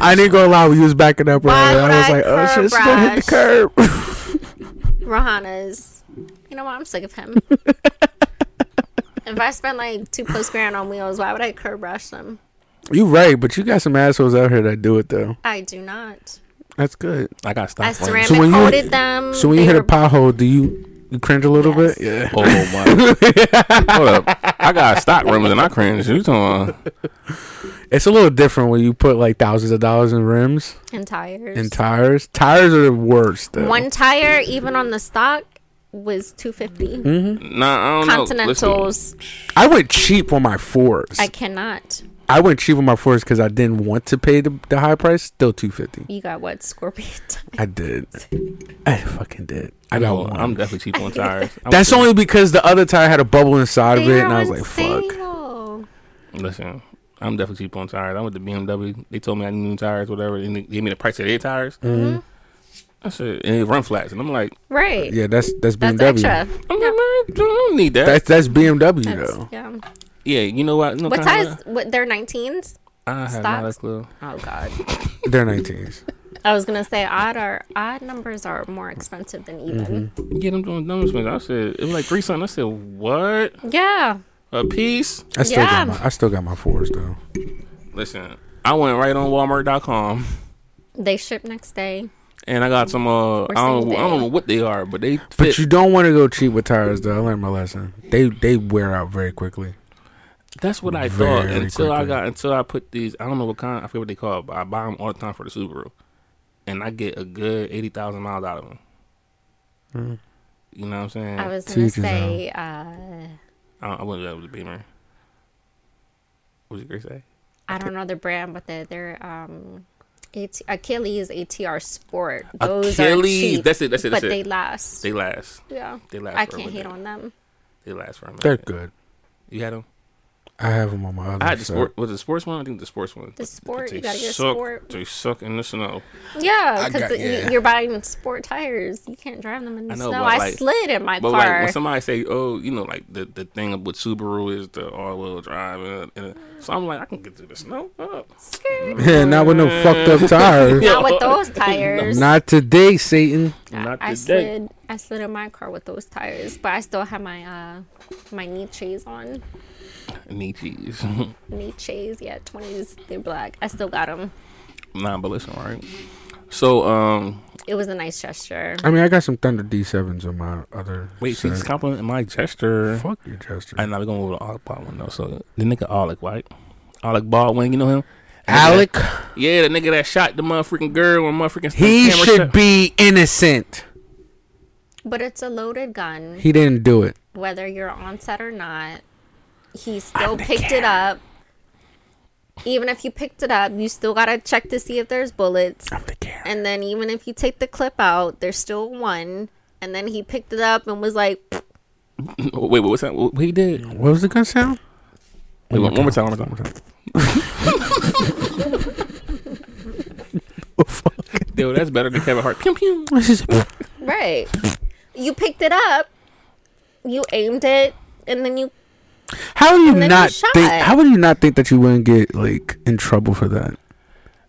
A: I didn't go lie when you was backing up
C: Why
A: earlier.
C: would
A: I was
C: I
A: like, oh
C: curb
A: shit, she's gonna hit the curb.
C: Rohana's. You know what? I'm sick of him. if I spend like two plus grand on wheels, why would I curb rush them?
A: you right, but you got some assholes out here that do it though.
C: I do not.
A: That's good.
D: I got stopped.
C: I ceramic
A: So when you-
C: coated them.
A: So when you
C: They
A: hit a
C: were-
A: pothole, do you, you cringe a little
C: Yes.
A: bit? Yeah.
D: Oh my! Hold up! I got stock rims and I cringe. You talking? about-
A: It's a little different when you put like thousands of dollars in rims
C: and tires.
A: and tires. Tires are the worst. Though.
C: One tire, even on the stock, was two
A: Mm-hmm.
D: Nah, I don't know. Listen,
C: Continentals,
A: I went cheap on my Fords.
C: I
A: I,
C: cannot.
A: went cheap on my Fords because I didn't want to pay the, the high price. Still two fifty.
C: You got what Scorpion? tire?
A: I did. I fucking did. I got
D: oh,
A: one.
D: I'm definitely cheap on tires. I
A: That's
D: was-
A: only because the other tire had a bubble inside of
C: They
A: it, and
C: are
A: I was
C: on
A: like, "Fuck."
C: sale.
D: Listen, I'm definitely cheap on tires. I went to BMW. They told me I need new tires, whatever. And they gave me the price of their tires. Mm-hmm. I said, and they run flats. And I'm like,
C: Right.
A: Yeah, that's that's BMW.
C: That's extra.
D: I'm like, man, I don't need that.
A: That's that's BMW
C: That's-
A: though.
C: yeah.
D: yeah, you know what? No,
C: What
D: can I have
C: size?
D: that?
C: What they're 19s?
D: I have not a
C: Stocks?
D: clue.
C: Oh God.
A: They're 19s.
C: I was gonna say odd are odd numbers are more expensive than
D: Mm-hmm.
A: Mm-hmm.
C: even.
D: Get them doing dumb shit. I said, it was like three something. I said, what?
C: Yeah.
D: A piece?
A: I still
C: Yeah.
A: got my I still got my Fords though.
D: Listen, I went right on Walmart.com.
C: They ship next day.
D: And I got some. Uh, I don't,
C: same
D: I don't
C: day.
D: know what they are, but they fit.
A: But you don't want to go cheap with tires, though. I learned my lesson. They they wear out very quickly.
D: That's what I
A: Very
D: thought until I
A: quickly.
D: got until I put these. I don't know what kind. I forget what they call, it, but I buy them all the time for the Subaru, and I get a good eighty thousand miles out of them.
A: Mm.
D: You know what I'm saying?
C: I
D: I,
C: was gonna
A: Teachers
C: say uh,
D: I, wouldn't do that with a Beamer. What was you gonna say?
C: I don't know the brand, but they're, they're um, AT- Achilles ATR Sport. Those
D: Achilles,
C: are cheap,
D: that's it, that's it, that's
C: but
D: it.
C: they last.
D: They last.
C: yeah.
D: They last.
C: I
D: for a
C: can't hate
D: minute.
C: on them.
D: They last for a minute.
A: They're good.
D: You had them.
A: I have them on my other.
D: I had the
A: so-
D: sport. Was it the sports one? I think the sports one.
C: The sport,
D: They
C: you gotta get a
D: suck-
C: sport.
D: They suck in the snow.
C: Yeah,
A: I got-
C: because
A: yeah.
C: you're buying sport tires. You can't drive them in the
D: I know,
C: snow.
D: but,
C: I
D: like-
C: slid in my
D: But like
C: car.
D: when somebody say, "Oh, you know, like the, the thing with Subaru is the all-wheel drive," and, and so I'm like, I can get to the snow. Up.
C: Skirt.
A: Yeah, not with no fucked up tires.
C: Not with those tires.
A: Not today, Satan.
D: Not
C: I
D: today.
C: slid. I slid in my car with those tires, but I still have my uh my Nietzsche's on.
D: Need cheese.
C: Nietzsche's, yeah, twenties. They're black. I still got them.
D: nah, but listen, all right. So, um,
C: It was a nice gesture.
A: I mean, I got some Thunder D7s on my other.
D: wait,
A: set.
D: she's complimenting my gesture.
A: fuck your Chester.
D: And now we're gonna move to Alec Baldwin though. So the nigga Alec, right? Alec Baldwin, you know him?
A: Alec,
D: Yeah, the nigga that shot the motherfucking girl when motherfucking
A: he
D: camera
A: should
D: shot-
A: be innocent.
C: But it's a loaded gun.
A: He didn't do it.
C: Whether you're on set or not, he still picked it up. Even if you picked it up, you still gotta check to see if there's bullets.
A: I'm the Karen.
C: And then even if you take the clip out, there's still one. And then he picked it up and was like,
D: Wait, wait, what's that? What he did? Wait,
A: What was the gun sound?
D: one, one more time, one more time.
A: Oh,
D: Yo, that's better than Kevin Hart. Pew pew.
A: This is-
C: right. You picked it up, you aimed it, and then you.
A: How do you
C: then he
A: not
C: shot.
A: think? How would you not think that you wouldn't get like in trouble for that?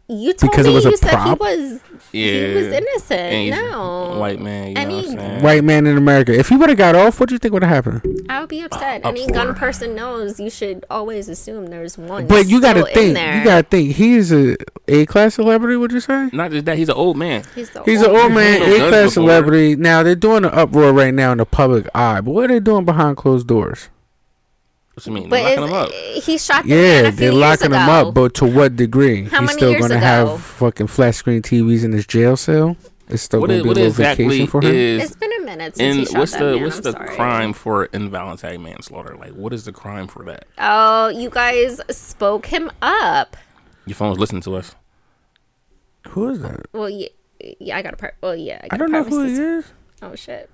C: You told
A: Because it
C: me
A: was a
C: you said he
A: prop?
C: was
D: Yeah,
C: he was innocent.
D: Asian,
C: no,
D: white man. You
C: Any-
D: know what I'm saying?
A: White man in America. If he would have got off, what do you think would have happened?
C: I would be upset. Any gun person knows you should always assume there's one.
A: But you got to
C: still in
A: think.
C: there.
A: You got to think. He's a A class celebrity. Would you say?
D: Not just that, he's an old man.
C: He's, the
A: He's an old man,
D: He's
A: A
D: no judge
A: class
D: before.
A: celebrity. Now they're doing an uproar right now in the public eye. But what are they doing behind closed doors?
D: What you mean?
C: But
D: They're locking him up.
C: is, he shot the man
A: Yeah,
C: a few
A: they're
C: years
A: locking him
C: ago.
A: up, but to what degree?
C: How
A: He's
C: many
A: still
C: years
A: gonna
C: ago?
A: have fucking flat screen TVs in his jail cell. It's still
D: What
A: gonna
D: is
A: be a
D: what
A: little
D: exactly
A: vacation for him.
D: is
C: It's been a minute since
D: in
C: he shot
D: what's
C: that
D: the
C: man.
D: what's
C: I'm
D: the
C: sorry.
D: crime for involuntary manslaughter? Like, what is the crime for that?
C: Oh, you guys spoke him up.
D: Your phone's listening to us.
A: Who is that?
C: Well, yeah, yeah I got a part. Well, yeah, I, got
A: I don't know who he is.
C: Oh shit!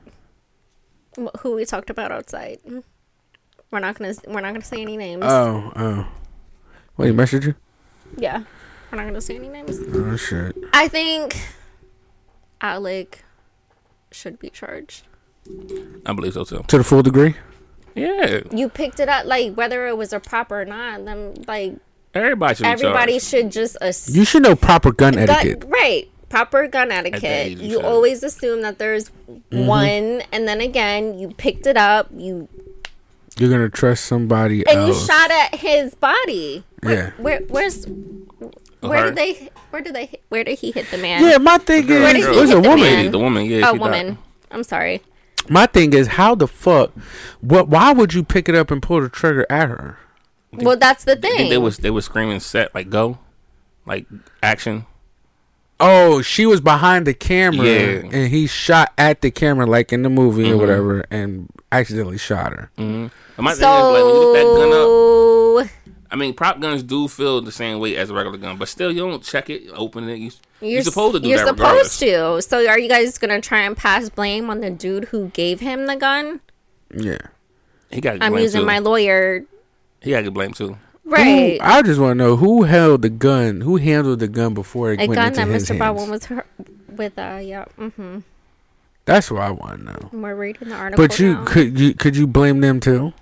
C: Wh- Who we talked about outside? Mm. We're not gonna. We're not gonna say any names.
A: Oh, oh. Wait, he messaged you?
C: yeah, we're not gonna say any names.
A: Oh shit.
C: I think Alec should be charged.
D: I believe so too.
A: To the full degree?
D: Yeah,
C: You picked it up, like whether it was a prop or not. Then, like
D: everybody should.
C: everybody
D: Everybody.
C: should just assume.
A: You should know proper gun
C: Gun-
A: etiquette.
C: right. Proper gun etiquette.
D: age you
C: You
D: said.
C: always assume that there's
A: Mm-hmm.
C: one, and then again, you picked it up, you
A: You're gonna trust somebody
C: and you
A: else.
C: shot at his body.
A: yeah.
C: Where, where's,
D: Uh-huh.
C: where did they, where did they, where did he hit the man?
A: Yeah, my thing
D: Where
A: is
D: did
A: it
D: he
A: was
C: hit
A: a
C: the
A: woman.
C: man?
D: The woman. Yeah,
C: a
D: she died.
C: woman. I'm sorry.
A: My thing is how the fuck what why would you pick it up and pull the trigger at her?
C: well, that's the
D: I
C: thing.
D: think they was they was screaming set like go, like action.
A: Oh, she was behind the camera
D: Yeah. Mm-hmm.
A: and he shot at the camera like in the movie or whatever and accidentally shot her.
D: And my thing is like when you lift that gun up.
C: so
D: I mean, prop guns do feel the same way as a regular gun, but still, you don't check it, open it. You, you're,
C: you're
D: supposed to do
C: You're
D: that.
C: supposed to. So are you guys gonna try and pass blame on the dude who gave him the gun?
A: Yeah.
D: to. He got to get
C: I'm
D: blamed
C: using
D: too.
C: my lawyer.
D: he got to get blamed too.
A: Who,
C: Right.
A: I just want to know who held the gun, who handled the gun before it
C: a
A: went
C: gun
A: into
C: that
A: his
C: Mr.
A: hands.
C: Baldwin was her- with. Uh, yeah, mm-hmm.
A: That's what I want to know.
C: we're reading the article.
A: But you
C: now.
A: could you could you blame them too?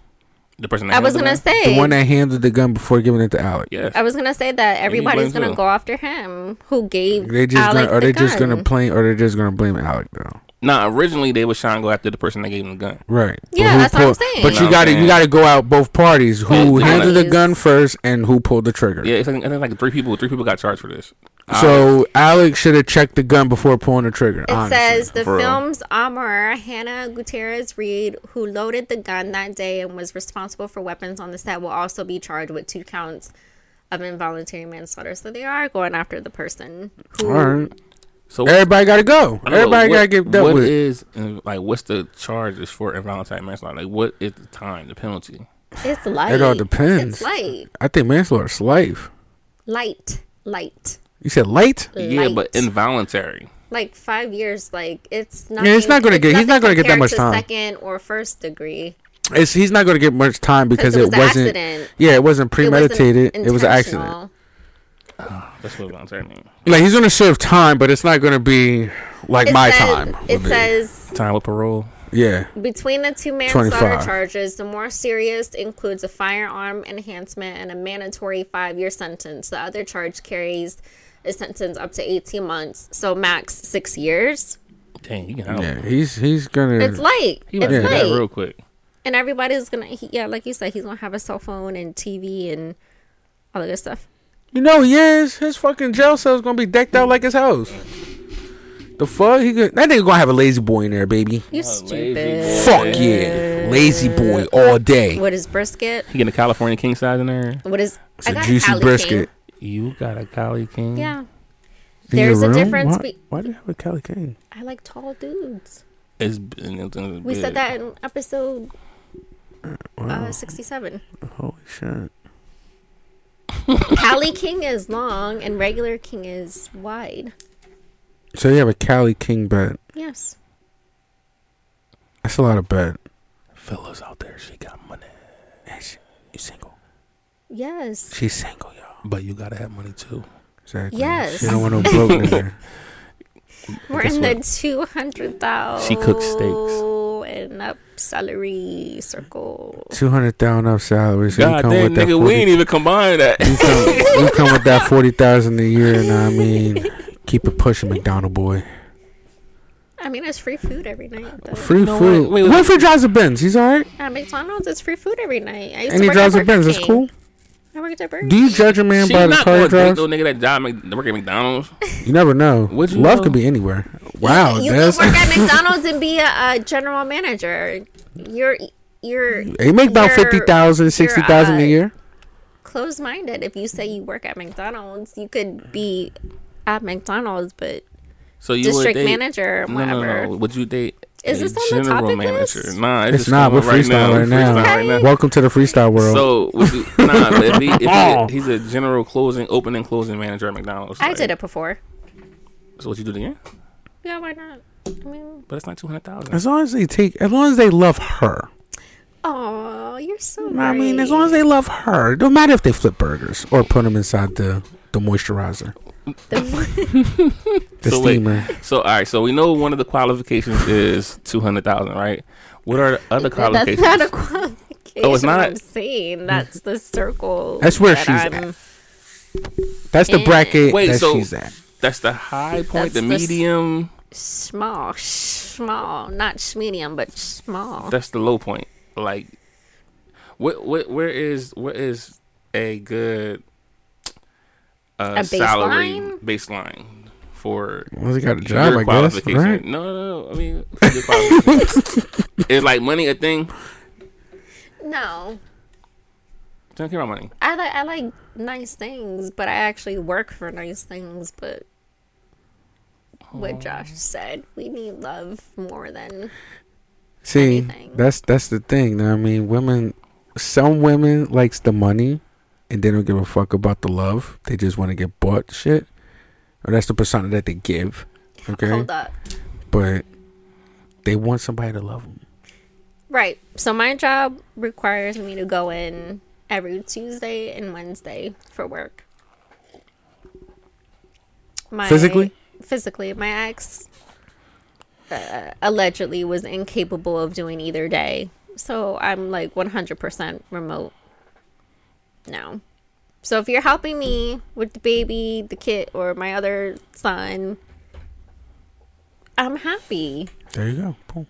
D: The person. That
C: I was
D: handled
C: gonna
D: the gun?
C: say.
A: The one that handled the gun before giving it to Alec.
D: Yes.
C: I was gonna say that everybody's
D: blames
C: gonna
D: him.
C: go after him who gave
A: They just
C: Alec
A: gonna, are
C: the
A: they just
C: gun.
A: gonna blame or they just gonna blame Alec though.
D: Nah, originally they was trying to go after the person that gave him the gun.
A: Right. But
C: Yeah,
A: who
C: that's what I'm
A: pulled-
C: saying.
A: But you
D: No,
A: got to you
D: man.
A: got to go out both parties. Who
D: Both
A: handled the
C: parties.
A: gun first and who pulled the trigger?
D: Yeah, it's like, I think like three people. Three people got charged for this.
A: So Alec should have checked the gun before pulling the trigger.
C: It
A: honestly.
C: says the
D: for real.
C: film's armorer, Hannah Gutierrez Reed, who loaded the gun that day and was responsible for weapons on the set, will also be charged with two counts of involuntary manslaughter. So they are going after the person who.
A: All right.
D: So
A: Everybody got to go.
D: I don't know,
A: Everybody
D: what-
A: got to get dealt
D: What
A: with. it.
D: is uh, like? What's the charges for involuntary manslaughter? Like, what is the time, the penalty?
C: It's light.
A: all
C: It's
A: depends.
C: light.
A: I think manslaughter's life.
C: Light. Light.
A: You said light.
D: Yeah, but
C: Light.
D: involuntary.
C: like five years. Like it's not.
A: Yeah, it's not gonna get- he's not gonna get that much time.
C: Second or first degree.
A: It's he's not going to get much time because
C: it
A: it,
C: was an
A: was not
C: accident.
A: Yeah, it
C: It wasn't
A: wasn't premeditated. It, was an accident.
C: intentional.
D: That's what involuntary means.
A: Like he's going to serve time, but it's not going to be like
C: It
A: my
C: says-
A: time.
C: It says
D: Time with parole.
A: yeah.
C: between the two manslaughter
A: 25.
C: charges, the more serious includes a firearm enhancement and a mandatory five-year sentence. The other charge carries a sentence up to eighteen months, so max six years.
D: Dang, you can help.
A: Yeah, he's he's gonna.
C: It's light.
D: He
C: It's
D: went yeah.
C: light.
D: that real quick.
C: and everybody's gonna he, yeah like you said he's gonna have a cell phone and tv and all that good stuff
A: You know he is. His fucking jail cell's gonna be decked out like his house. The fuck he could, that nigga gonna have a lazy boy in there, baby.
C: you stupid
A: Fuck yeah, lazy boy all day.
C: what is brisket
D: You get a California king size in there.
C: what is
A: It's a juicy
C: Cali
A: brisket. Mm.
C: King.
D: You got a Cali king.
C: yeah
A: In your
C: there's a
A: room?
C: difference
A: Why,
C: be-
A: why do you have a Cali King?
C: i like tall dudes
D: It's, b- and it's, and it's
C: we said
D: big.
C: that in episode uh, 67
A: Holy shit.
C: cali king is long and regular king is wide
A: So you have a Cali King bed.
C: yes
A: That's a lot of bed.
D: Fellas out there, she got money.
A: You single?
C: yes
A: She's single, y'all.
D: But you gotta have money too.
A: Exactly.
C: Yes.
A: She don't want no broke nigga.
C: we're in the 200 thousand
D: She cooks steaks.
C: and up salary circle.
A: Two hundred thousand up salary. So
D: God damn,
A: that
D: nigga, we
A: 40
D: ain't even combined that.
A: you come, you come with that forty thousand a year, and I mean, keep it pushing, McDonald boy.
C: I mean, it's free food every night. Though.
A: Free
D: No, wait,
A: food.
D: wait,
A: What
D: wait.
A: if he drives a Benz? He's all right,
C: At McDonald's, it's free food every night. I used to
A: and he
C: work at
A: drives a
C: Burger
A: Benz. That's
C: King.
A: cool.
C: I worked at Burger
A: Do you judge a man
D: She
A: by the
D: not
A: car he
D: gonna date
A: drives?
D: no nigga that job Mc- work at McDonald's.
A: You never know.
D: Would you
A: Love
D: know?
A: could be anywhere. Wow,
C: You
A: that's
C: can work at McDonald's and be a, a general manager. You're you're
A: They make about
C: you're
A: 50000 60000 a
C: uh,
A: year.
C: closed minded. If you say you work at McDonald's, you could be at McDonald's, but
D: So you would
C: district
D: date,
C: manager, or
D: No, no,
C: whatever.
D: no. Would you date?
C: Is
D: a
C: this on the topic list?
D: Nah, it's,
A: It's
D: just
A: not. We're
D: coming right now.
A: freestyling right now.
D: Freestyling right now.
A: Welcome to the freestyle world.
D: So would you, nah, but if, he, if he, he's a general closing, opening, closing manager at McDonald's.
C: I
D: like,
C: did it before.
D: So what you do it again?
C: Yeah, why not? I mean,
D: But it's not two hundred thousand.
A: as long as they take, as long as they love her.
C: oh, you're so.
A: I mean,
C: nice.
A: as long as they love her, it don't matter if they flip burgers or put them inside the the moisturizer, the
D: So wait.
A: steamer.
D: So all right. So we know one of the qualifications is two hundred thousand, right? What are the other
C: That's
D: qualifications?
C: not a qualification.
D: Oh, it's not?
C: I'm saying that's the circle.
A: That's where
C: that
A: she's
C: I'm-
A: at. That's the
C: Eh.
A: bracket
D: Wait,
A: that
D: so-
A: she's at.
D: That's the high
C: That's
D: point, the
C: the s-
D: medium.
C: Small, small, not medium, but small.
D: That's the low point. Like, what? What? Where is? Where is a good uh,
C: A
D: salary
C: baseline?
D: baseline for
A: Well, they got a job,
D: your
A: I guess,
D: qualification?
A: right?
D: No, no, no. I mean, for your qualification. is like money a thing?
C: no,
D: Don't care about money.
C: I like I like nice things, but I actually work for nice things. But what Josh said, we need love more than
A: See,
C: anything.
A: that's that's the thing. know what I mean, women. Some women likes the money, and they don't give a fuck about the love. They just want to get bought shit, or that's the persona that they give. Okay,
C: hold up.
A: but they want somebody to love them.
C: Right. So my job requires me to go in every Tuesday and Wednesday for work. My,
A: Physically?
C: Physically, my ex uh, allegedly was incapable of doing either day. So I'm like 100% remote now. So if you're helping me with the baby, the kid, or my other son, I'm happy.
A: There you go. Boom.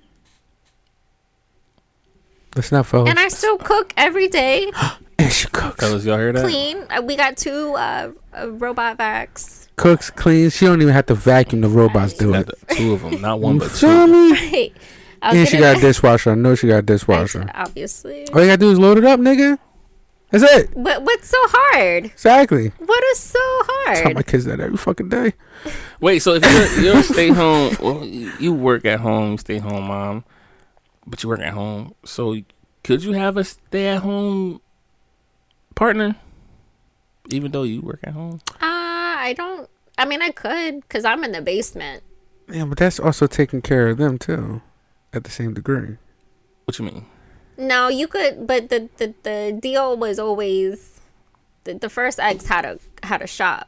A: Let's not fellas.
C: And I still cook every day.
A: And she cooks,
D: Fellas, y'all hear that?
C: clean. Uh, We got two uh, uh, robot vacs.
A: cooks, cleans. She don't even have to vacuum. The robots do
D: Got
A: it.
D: the- two of them, not one
A: You
D: but
A: feel
D: two.
A: me?
C: Hey, I was
A: And she got a
C: gonna-
A: dishwasher. I know she got a dishwasher.
C: obviously.
A: All you gotta do is load it up, nigga. That's it.
C: What what's so hard?
A: Exactly.
C: What is so
A: Tell my
C: hard?
A: kids that every fucking day.
D: Wait, so if you're, you're a stay home, well, you you work at home, you stay home, mom, but you work at home. So could you have a stay at home partner, even though you work at home?
C: Uh, I don't. I mean, I could because I'm in the basement.
A: Yeah, but that's also taking care of them too, at the same degree.
D: What you mean?
C: No, you could, but the the, the deal was always the, the first ex had a had a shop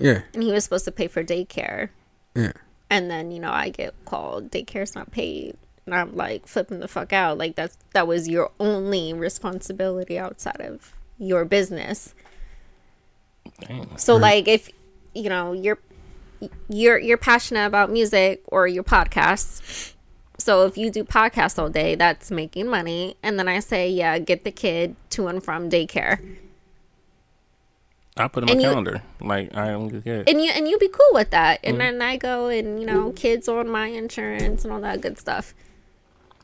A: Yeah,
C: and he was supposed to pay for daycare.
A: yeah.
C: and then you know i get called daycare's not paid and i'm like flipping the fuck out like that's that was your only responsibility outside of your business
D: Dang.
C: so like if you know you're you're you're passionate about music or your podcasts so if you do podcasts all day that's making money and then i say yeah get the kid to and from daycare
D: I put in my
C: And you-
D: calendar. Like I don't get it.
C: and you and you be cool with that and
A: Mm-hmm.
C: then i go and you know kids on my insurance and all that good stuff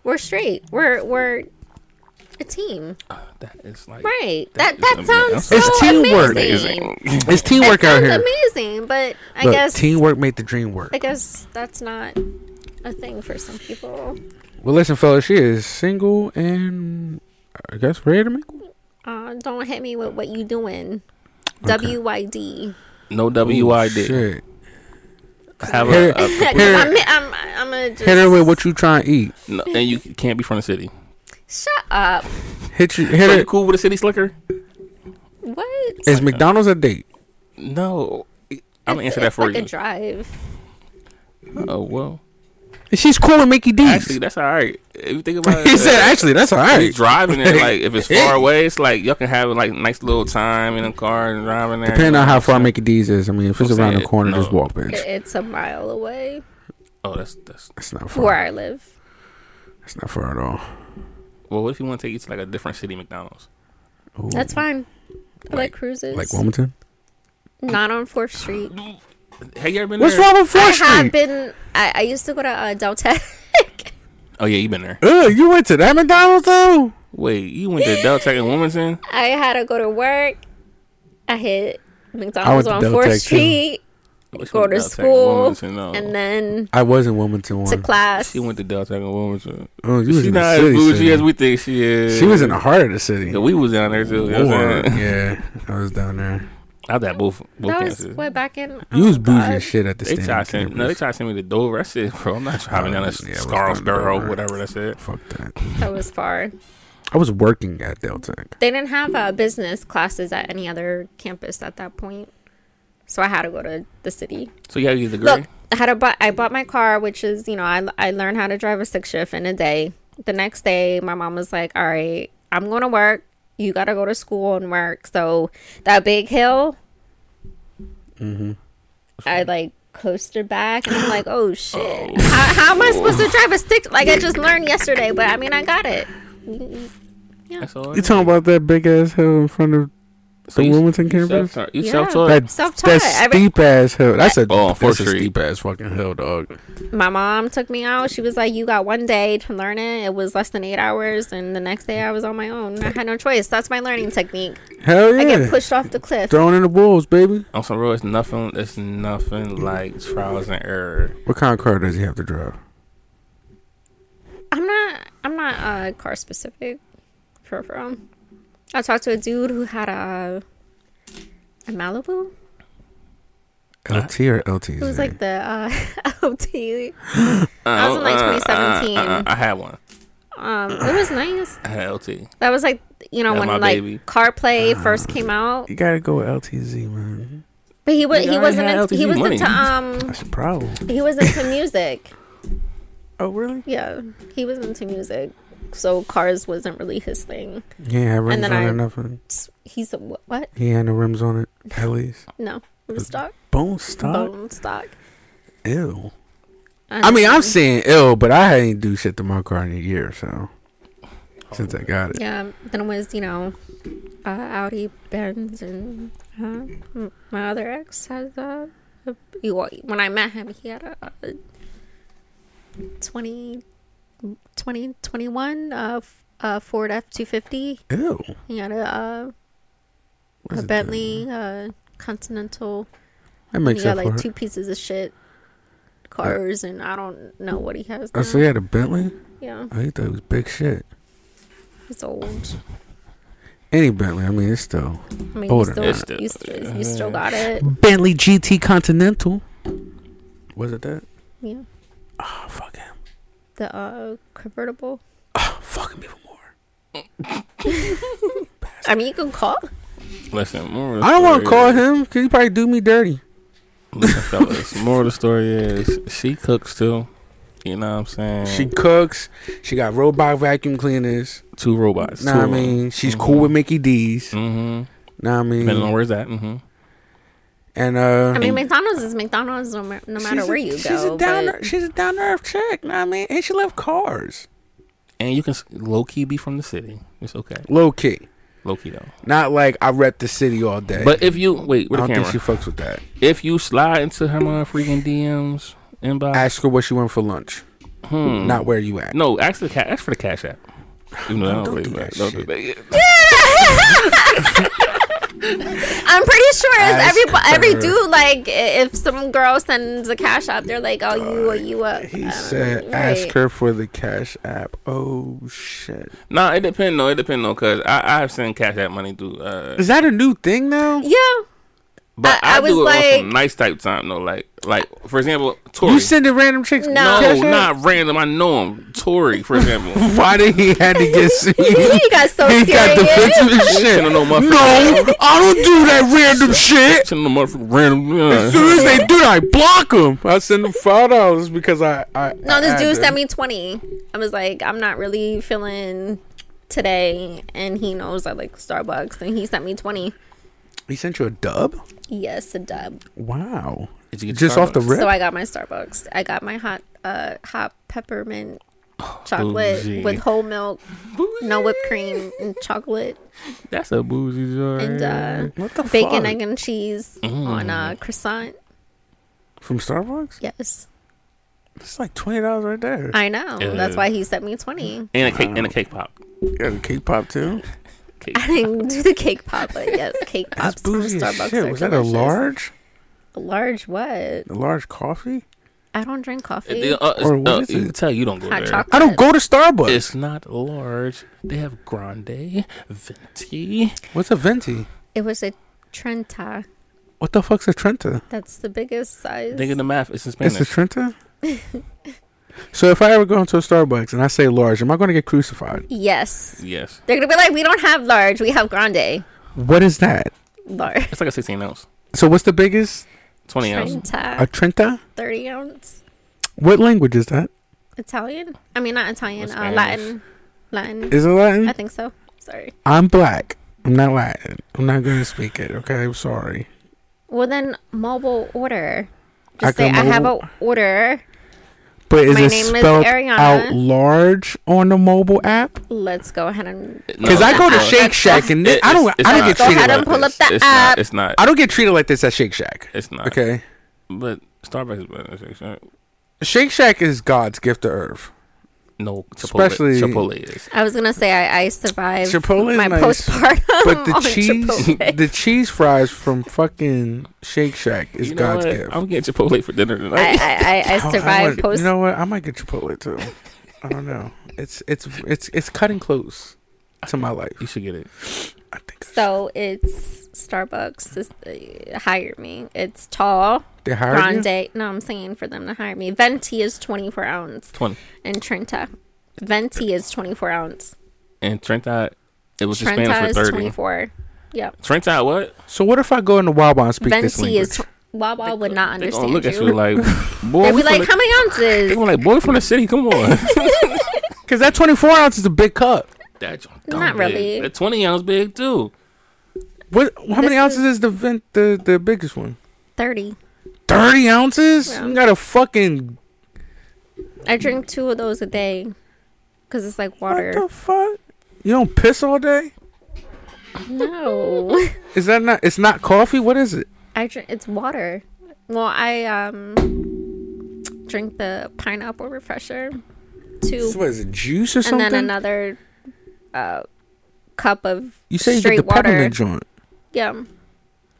C: we're straight we're we're a team
A: Ah,
D: That is like
C: right that
D: is
C: that, sounds so
D: amazing.
A: It's teamwork.
C: amazing
A: It's teamwork out
C: sounds
A: here.
C: amazing but i
A: Look,
C: guess
A: teamwork made the dream work.
C: i guess that's not a thing for some people
A: Well, listen, fellas, she is single and I guess ready to mingle.
C: uh don't hit me with what you doing wyd
D: No WID.
A: Oh, Shit.
D: Have
A: Hit, her-
D: a, a-
A: hit her,
C: I'm, I'm, I'm gonna just
A: Uh, hit her with what you trying to eat.
D: no, and you can't be from the city.
C: shut up
A: Hit you.
D: Are you
A: Hit her.
D: cool with a city slicker?
C: what
A: Is McDonald's a date?
D: uh, No. I'm gonna answer
C: It's
D: that for
C: like a
D: you.
C: drive
D: Oh well.
A: She's cool with Mickey D's.
D: Actually, that's all right. if you think about it,
A: he said, actually, that's all
D: you
A: right.
D: driving it like if it's far away, it's like y'all can have like nice little time in a car and driving there.
A: Depending on how far Mickey D's is, I mean, if it's
D: I'm
A: around the
D: saying,
A: corner,
D: no.
A: just walk, bitch.
C: It- It's a mile away
D: Oh, that's that's.
A: That's not
C: from where
A: far.
C: I live.
A: That's not far at all.
D: Well, what if you want to take you to like a different city McDonald's?
A: Ooh.
C: That's fine. I like
D: Like-
C: cruises.
A: Like Wilmington.
C: Not on Fourth Street.
D: Have you ever been
A: What's
D: there?
A: wrong with
C: I
A: Fourth
C: have
A: Street?
C: been. I, I used to go to uh, Delta.
D: Oh yeah, you been there.
A: Ugh, you went to that McDonald's though.
D: Wait, you went to Del Tech and Wilmington?
C: I had to go to work. I hit McDonald's
A: to
C: on
A: Deltech,
C: Fourth
A: too.
C: Street,
D: Which
C: go
D: one, uh,
C: to
D: Del Tech and
C: school,
D: Wilmington? No.
C: and then
A: I was in Wilmington
C: to
A: one.
C: class.
D: she went to Del Tech and Wilmington.
A: Oh, you was
D: She's
A: in the
D: not as
A: city.
D: bougie
A: city.
D: as we think she is.
A: She was in the heart of the city.
D: Yeah, we was down there too. You know what I'm
A: Or-
D: saying?
A: yeah, I was down there.
D: I was at both both
C: that was
D: campuses.
C: way back in.
A: You
C: oh
A: was bougie
C: God.
A: as shit at the
D: They
A: stand.
D: tried to send, no, they tried to send me to Dover. I said, bro, I'm not driving
A: Oh,
D: down to
A: yeah, it was down
D: Scarsboro,
A: Dover.
D: whatever that's it.
A: Fuck that.
C: That was far.
A: I was working at Deltec.
C: They didn't have uh, business classes at any other campus at that point, so I had to go to the city.
D: So you have your degree?
C: Look, I had a bu- I bought my car, which is you know I I learned how to drive a six shift in a day. The next day, my mom was like, "All right, I'm going to work. You got to go to school and work." So that big hill,
A: Mm-hmm.
C: I like coasted back, and I'm like, "Oh shit! How, how am I supposed to drive a stick? Like I just learned yesterday, but I mean I got it.
D: That's all.
A: You talking about that big ass hill in front of
D: so
A: the Wilmington campus?
D: self-taught- You
C: Yeah.
D: self-taught?
A: That,
C: Self-taught.
A: that
C: I re-
A: steep ass hill. That's a
D: Oh, on Fourth
A: that's a
D: Street.
A: steep ass fucking hill, dog.
C: My mom took me out. She was like, "You got one day to learn it." It was less than eight hours, and the next day I was on my own. I had no choice. That's my learning technique.
A: Hell
C: I
A: yeah!
C: get pushed off the cliff.
A: Thrown in the wolves, baby.
D: On some road, it's nothing, it's nothing like trials and error.
A: What kind of car does he have to drive?
C: I'm not. I'm not uh, car specific. For real. I talked to a dude who had a a Malibu.
A: LT or LTZ?
C: Who was like the uh, OT.
D: I
C: was in, like, 2017.
D: uh, I had one.
C: Um, it was nice.
D: I had LT.
C: That was like you know
D: That's
C: when
D: my
C: like
D: baby. Uh,
C: CarPlay first came out,
A: you gotta go with LTZ, man.
C: but he was
D: Nigga, I
C: he
D: already
C: wasn't
D: had
C: into, he
D: LTZ
C: was
D: money.
C: into um
A: That's a problem.
C: he was into music.
A: Oh, really?
C: Yeah, he was into music, so cars wasn't really his thing.
A: He ain't had rims
C: then
A: on
C: I-
A: it, nothing.
C: S- He's a wh- what?
A: He ain't had no rims on it, at least.
C: No, it was stock,
A: Bone stock?
C: bone stock.
A: Ew.
C: And
A: I mean, I'm saying ill, but I ain't do shit to my car in a year, so. Since I got it.
C: yeah. Then it was you know, uh, Audi, Benz, and uh, m- my other ex had uh, a, he, wa- when I met him, he had a, a 20, 20 21 uh, f- uh, Ford F two fifty.
A: Ew.
C: He had a, uh,
A: What's
C: a
A: it
C: Bentley uh, Continental.
A: doing? That makes
C: he got
A: up
C: like
A: for
C: two
A: it. Uh,
C: pieces of shit cars, and I don't know what he has.
A: Oh,
C: Now.
A: so he had a Bentley?
C: Yeah,
A: I thought it was big shit.
C: he's old.
A: Any Bentley, I mean, it's still.
C: I mean, you
A: Older.
C: still,
D: It's still-
C: you, still, you still got it.
A: Bentley GT Continental. Was it that?
C: Yeah,
A: Oh, fuck him.
C: the uh, convertible.
A: Oh, fuck him even more.
C: I mean, you can call.
D: Listen, more
A: I don't want to call him because he probably do me dirty.
D: Listen, fellas, moral of the story is she cooks too. You know what I'm saying?
A: She cooks. She got robot vacuum cleaners.
D: two robots.
A: Know what I mean? She's cool with Mickey D's.
D: Mm-hmm.
A: Know what I
D: Depending on
A: mean?
D: where's that. Mm-hmm.
A: And uh,
C: I mean, McDonald's is McDonald's no, ma- no matter
A: she's
C: where
A: a,
C: you go.
A: she's a down.
C: but
A: She's a down to earth chick. Know what I mean? And she love cars.
D: And you can low key be from the city. It's okay.
A: Low key,
D: Low key though.
A: not like I rep the city all day.
D: But if you
A: I
D: wait, with the
A: don't
D: camera.
A: think she fucks with that.
D: if you slide into her motherfucking DMs inbox,
A: Ask her what she went for lunch.
D: hmm,
A: Not where you at.
D: no, ask the ca- ask for the cash app. Even though I
A: Don't
D: don't,
A: do
D: do
A: that
D: Don't do that.
C: I'm pretty sure
A: Ask
C: it's every every
A: her.
C: dude like i- if some girl sends a cash out, they're like, "Oh, you a you a."
A: He
C: I don't
A: said,
C: know,
A: ask
C: right.
A: her for the cash app. Oh shit!
D: Nah, it depends though. It depends though, cause I I have sent cash app money through. Uh,
A: Is that a new thing now?
C: Yeah,
D: But
C: I-
D: I,
C: I was
D: do it on
C: like-
D: some nice type time though. Like, like for example, Tori.
A: You sending random chicks?
C: No.
D: no,
A: cash app?
D: not random. I know him. Tori, for example.
A: Why did he had to get seen?
C: he got so
A: he got
C: serious.
A: defensive and shit.
D: Sending
A: No,
D: no
A: I
D: motherfucker.
A: don't do that random shit.
D: Sending the motherfucker random. yeah.
A: As soon as they do that, I block them. I send them five dollars because I. I
C: No,
A: I
C: this dude
A: had
C: sent
A: to.
C: me twenty. I was like, I'm not really feeling today, and he knows I like Starbucks, and he sent me twenty.
A: He sent you a dub.
C: Yes, a dub.
A: Wow.
D: Did you get
A: Just off the
D: Starbucks?
A: rip.
C: So I got my Starbucks. I got my hot, uh, hot peppermint chocolate
D: Bougie.
C: with whole milk, no whipped cream, and chocolate
D: That's a boozy jar.
C: and uh,
A: what the
C: bacon,
A: fuck?
C: egg, and cheese on a croissant.
A: From Starbucks?
C: Yes,
A: It's like twenty dollars right there.
C: I know. That's
D: Ew.
C: why he sent me twenty.
D: and a cake and a cake pop.
A: You got a cake pop too.
D: Cake.
C: I didn't do the cake pop, but yes, cake
A: That's
C: pops from
A: bougie as
C: Starbucks.
A: shit.
C: are
A: Was that
C: delicious.
A: a large?
C: Large what?
A: A large coffee?
C: I don't drink coffee.
D: They- uh,
A: Or
D: it's-
A: what
D: uh,
A: is
D: you
A: it?
D: can tell you don't go
C: Hot
D: there.
C: chocolate.
A: I don't go to Starbucks.
D: It's not large. They have grande, venti.
A: What's a venti?
C: It was a Trenta.
A: What the fuck's a Trenta?
C: That's the biggest size.
D: Think of the math. It's in Spanish.
A: It's a Trenta. so if I ever go into a Starbucks and I say large, am I going to get crucified?
C: yes.
D: yes.
C: They're gonna be like, we don't have large, we have grande.
A: What is that?
C: Large.
D: It's like a 16 ounce,
A: So what's the biggest?
D: 20 ounce.
A: A
C: Trenta,
A: Trenta.
C: 30 ounce.
A: What language is that?
C: Italian? I mean, not Italian,
D: Or
C: uh,
D: Spanish.
C: Latin. Latin.
A: Is it Latin?
C: I think so. Sorry.
A: I'm black. I'm not Latin. I'm not going to speak it. Okay, I'm sorry.
C: Well, then mobile order.
A: I
C: Just say,
A: can
C: I have a
A: mobile-
C: order.
A: But is
C: My
A: it
C: name is
A: spelled
C: Ariana.
A: out large on the mobile app?
C: Let's go ahead and.
A: Because I go to
D: it's not.
A: Shake Shack and
D: It-
A: I don't.
D: it's- it's
A: I don't
D: not.
A: get
C: Go
A: treated
C: ahead
A: like
C: and pull
A: this.
C: up the
D: it's
C: app.
D: Not, it's not.
A: I don't get treated like this at Shake Shack.
D: It's not.
A: Okay,
D: But Starbucks is better. than Shake Shack.
A: Shake Shack is God's gift to earth.
D: No, Chipotle,
A: Especially-
D: Chipotle is.
C: I was gonna say I, I survived
A: Chipotle is
C: my
A: nice,
C: postpartum.
A: But the
C: on
A: cheese,
C: Chipotle.
A: the cheese fries from fucking Shake Shack is
D: You know
A: God's
D: what?
A: gift.
D: I'm getting Chipotle for dinner
C: I,
D: tonight.
C: I, I, I
A: Oh,
C: survived
A: might-
C: post.
A: You know what? I might get Chipotle too. I don't know. It's it's it's it's cutting close to my life.
D: you should get it.
A: I think
C: So it's Starbucks is, uh, hired me. It's tall,
A: they hired
C: grande.
A: you.
C: No, I'm saying for them to hire me. Venti is 24 ounce,
D: 20.
C: and Trenta. Venti is 24 ounce.
D: And Trenta, it was in
C: Trenta
D: Spanish
C: is
D: for 30.
C: 24. Yep.
D: Trenta, what?
A: So what if I go in the Wawa and speak this
C: Venti
A: language?
C: is. Tw- Wawa would not
D: They gonna
C: understand
D: look at you
C: you.
D: like, boy,
C: They'd
D: we
C: be like,
D: from
C: "How
D: the,
C: many
D: they
C: ounces?"
D: gonna like, boy, we from the city, come on.
A: Because that twenty four ounce is a big cup.
D: That's dumb
C: Not
D: big.
C: really.
D: That 20 ounce big, too.
A: What? How many
C: This
A: ounces is, the vent, the the biggest one?
C: Thirty.
A: Thirty ounces.
C: Yeah.
A: You got a fucking
C: I drink two of those a day, cause it's like
A: what the
C: water.
A: fuck? You don't piss all day?
C: No.
A: Is that not? It's not coffee. What is it?
C: I drink it's water. Well, I um drink the pineapple refresher too,
A: What is it? Juice or
C: and
A: something?
C: then another uh cup of
A: you say you
C: straight
A: get the
C: water.
A: peppermint joint.
C: Yeah,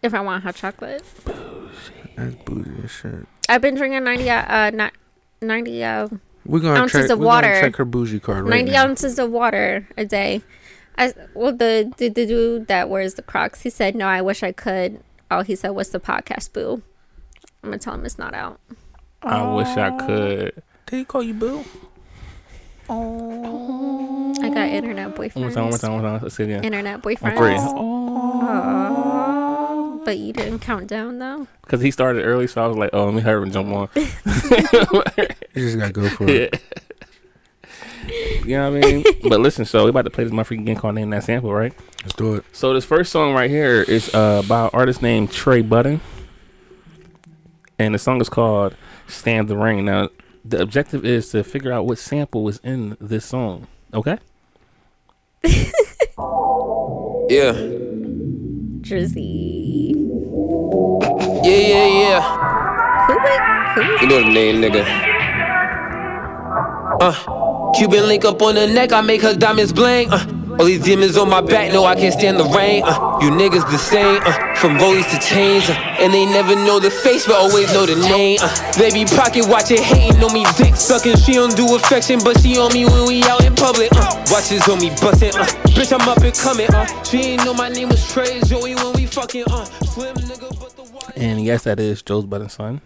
C: if I want hot chocolate,
A: That's bougie as shit.
C: I've been drinking ninety uh not ninety uh
A: We're gonna
C: Ounces
A: check.
C: of
A: we're gonna
C: water.
A: check her bougie card right
C: ninety
A: now.
C: ounces of water a day. I well the, the the dude that wears the Crocs, he said no, I wish I could. All he said was the podcast boo. I'm gonna tell him it's not out.
D: I wish I could.
A: Did he call you boo?
C: I got internet boyfriends.
D: One more time, one more time, one more time. Let's see again.
C: internet
D: On
C: boyfriend.
D: three.
C: But you didn't count down though.
D: Because he started early, so I was like, oh, let me hurry and jump on.
A: You just gotta go for
D: Yeah.
A: it.
D: you know what I mean? but listen, so we about to play this my freaking game called Name That Sample, right?
A: Let's do it.
D: So this first song right here is uh, by an artist named Trey Button, and the song is called "Stand the Rain." Now, the objective is to figure out what sample was in this song. Okay,
G: Yeah,
C: Drizzy.
G: yeah, yeah, yeah.
C: Who
G: You
C: would who is
G: know the name, nigga. Uh, Cuban link up on the neck, I make her diamonds bling. Uh, all these demons on my back, no, I can't stand the rain. Uh, you niggas the same, uh, from rollies to chains. Uh, and they never know the face, but always know the name. Uh, they be pocket watching, hating on me, dick sucking. She don't do affection, but she on me when we out in public. Uh, watches on me busting, uh, bitch, I'm up and coming. Uh, she ain't know my name was Trey Joey when we fucking. Uh, slim nigga, but the
D: And yes, that is Joe's butt and son.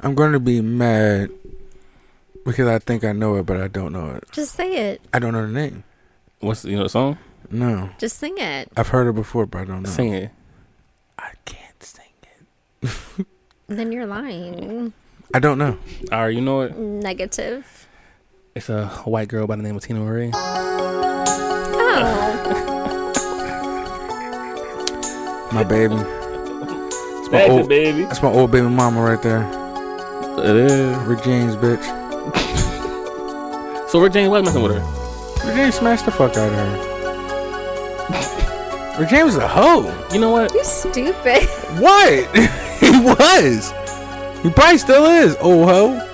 A: I'm going to be mad because I think I know it, but I don't know it.
C: Just say it.
A: I don't know the name.
D: What's you know the song?
A: No,
C: Just sing it.
A: I've heard it before, but I don't know.
D: Sing it.
A: I can't sing it.
C: Then you're lying.
A: I don't know.
D: All right, you know it.
C: Negative.
D: It's a white girl by the name of Tina Marie.
C: Oh,
A: My baby. It's my,
D: That's it,
A: old,
D: baby.
A: that's my old baby mama right there.
D: It is.
A: Regine's bitch.
D: So Rick James was messing with her.
A: Regine smashed the fuck out of her. Regine was a hoe.
D: You know what?
C: you stupid.
A: What? he was. He probably still is. Oh ho.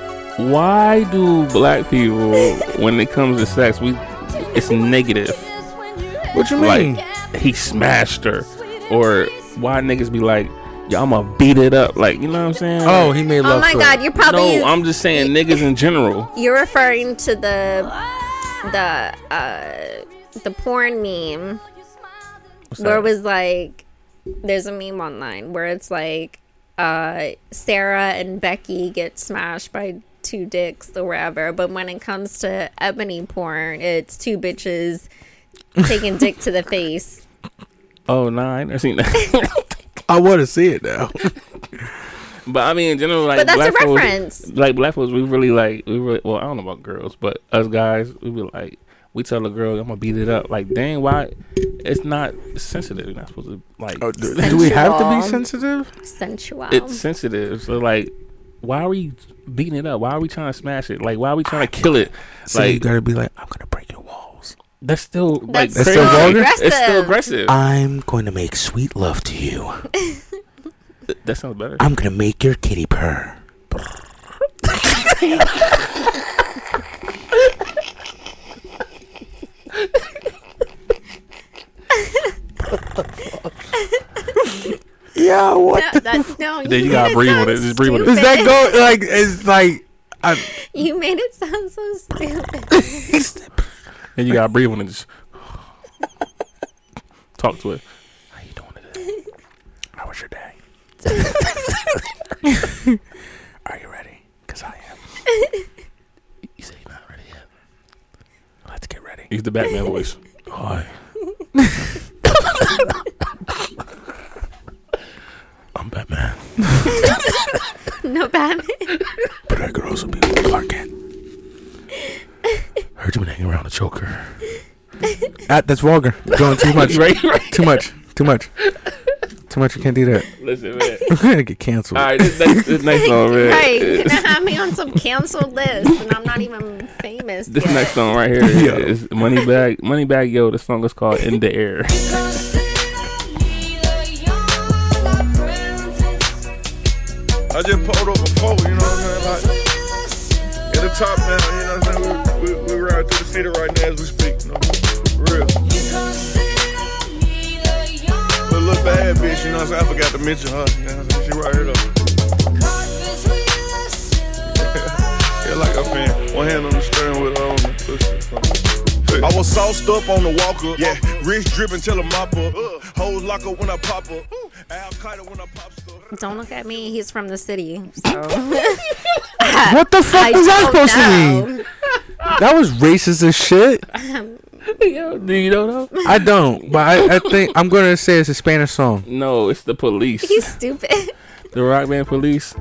D: Why do black people, when it comes to sex, we it's negative?
A: What you mean?
D: Like he smashed her, or why niggas be like, "Yo, I'ma beat it up." Like you know what I'm saying?
A: oh, he made love.
C: Oh my
A: to
C: god,
A: her.
C: you're probably
D: no, I'm just saying niggas in general.
C: you're referring to the the uh the porn meme
D: What's
C: where
D: that?
C: it was like there's a meme online where it's like uh Sarah and Becky get smashed by two dicks or whatever, but when it comes to ebony porn, it's two bitches taking dick to the face.
D: oh nah, I ain't never seen that.
A: I want to see it now.
D: but I mean, in general, like
C: But that's a
D: black folks-
C: reference.
D: like black folks, we really like we really. Well, I don't know about girls, but us guys, we be like. We tell a girl I'm gonna beat it up. Like, dang, why? It's not sensitive. You're not supposed to like.
A: Oh, do, do we have to be
C: Sensual.
A: sensitive?
C: Sensual.
D: it's sensitive. So like, why are we beating it up? Why are we trying to smash it? Like, why are we trying to kill it?
A: So you
D: Like,
A: gotta be like, I'm gonna break your walls.
D: that's still like
C: That's
A: still
D: crazy.
A: vulgar?
D: It's
C: aggressive.
D: still aggressive.
H: I'm going to make sweet love to you.
D: Th- that sounds better.
H: I'm going to make your kitty purr.
A: Yeah. What?
C: no, that's, no, you,
D: Then you
C: made
D: gotta breathe
C: sound
D: with it. Just breathe with it.
A: Does that
C: stupid.
A: go like? It's like. I,
C: You made it sound so stupid.
D: And you gotta breathe when it just talk to it. How you doing today?
A: how was your day? Are you ready? Cause I am.
D: You say you're not ready yet.
A: Let's get ready.
D: Use the Batman voice. Hi. I'm Batman.
C: no, Batman.
A: But I could also be with Clark Kent.
D: Heard you been hanging around the Joker.
A: Ah, that's vulgar. You're Going too much.
D: right, right.
A: Too much. Too much. Too much. You can't do that.
D: Listen, man.
A: We're gonna get canceled.
D: All right, this next, this next song, man.
C: Right, you're gonna have me on some canceled list, and I'm not even famous.
D: This
C: yet.
D: next song right here
A: Yeah.
D: is Moneybag. Moneybag Yo. The song is called In the Air.
I: I just pulled over four, you know what I'm saying? Like, at the top now, you know what I'm saying? We, we, we ride through the city right now as we speak, you know? Real. But look bad bitch, you know what I'm saying? I forgot to mention her, you know what I'm saying? She right here though. Yeah, like a fan. One hand on the steering wheel, on the pussy. I was sauced up on the walker. Yeah, wrist dripping till a mop up. Hold locker when I pop up. Al Qaeda when I pop stuff.
C: Don't look at me. He's from the city. So
A: What the fuck
C: I
A: was that
C: don't
A: supposed to mean?
C: know. Um,
A: That was racist as shit.
D: Yo, do you know though?
A: I don't, but I, I think I'm gonna say it's a Spanish song.
D: No, it's the police.
C: He's stupid.
D: The Rock Band Police.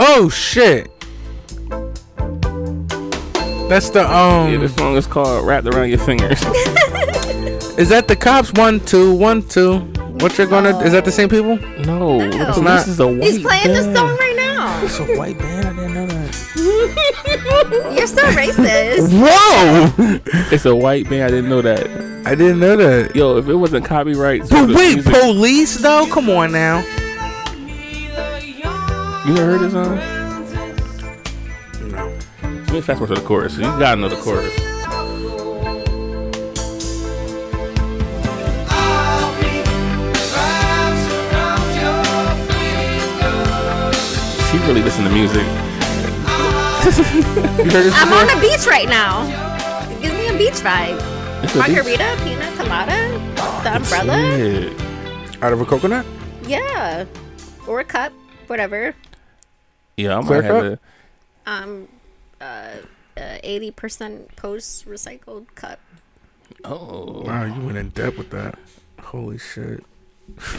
A: Oh shit. That's the
D: Yeah,
A: um.
D: this song is called Wrapped Around Your Fingers.
A: Is that the cops? One two one two. What you're gonna? Is that the same people?
D: no, the police
A: not.
D: is a white
C: Oh. He's playing this
D: band.
C: song right now.
A: It's a white band. I didn't know that.
C: You're so racist.
A: Whoa!
D: It's a white band. I didn't know that.
A: I didn't know that.
D: Yo, if it wasn't copyright,
A: But wait, police though? Come on now.
D: you never heard this song? No. Let me fast forward to the chorus. You gotta know the chorus. She really listen to music. you heard this
C: I'm on
D: before?
C: a beach right now. It gives me a beach vibe.
D: It's a beat.
C: Margarita, pina colada, the umbrella.
D: Yeah.
A: Out of a coconut?
C: Yeah. Or a cup, whatever.
D: Yeah, I
A: Clear
D: might
A: cut?
D: have to.
C: Um, uh, eighty percent post recycled cup.
D: Oh,
A: Wow, you went in depth with that. Holy shit.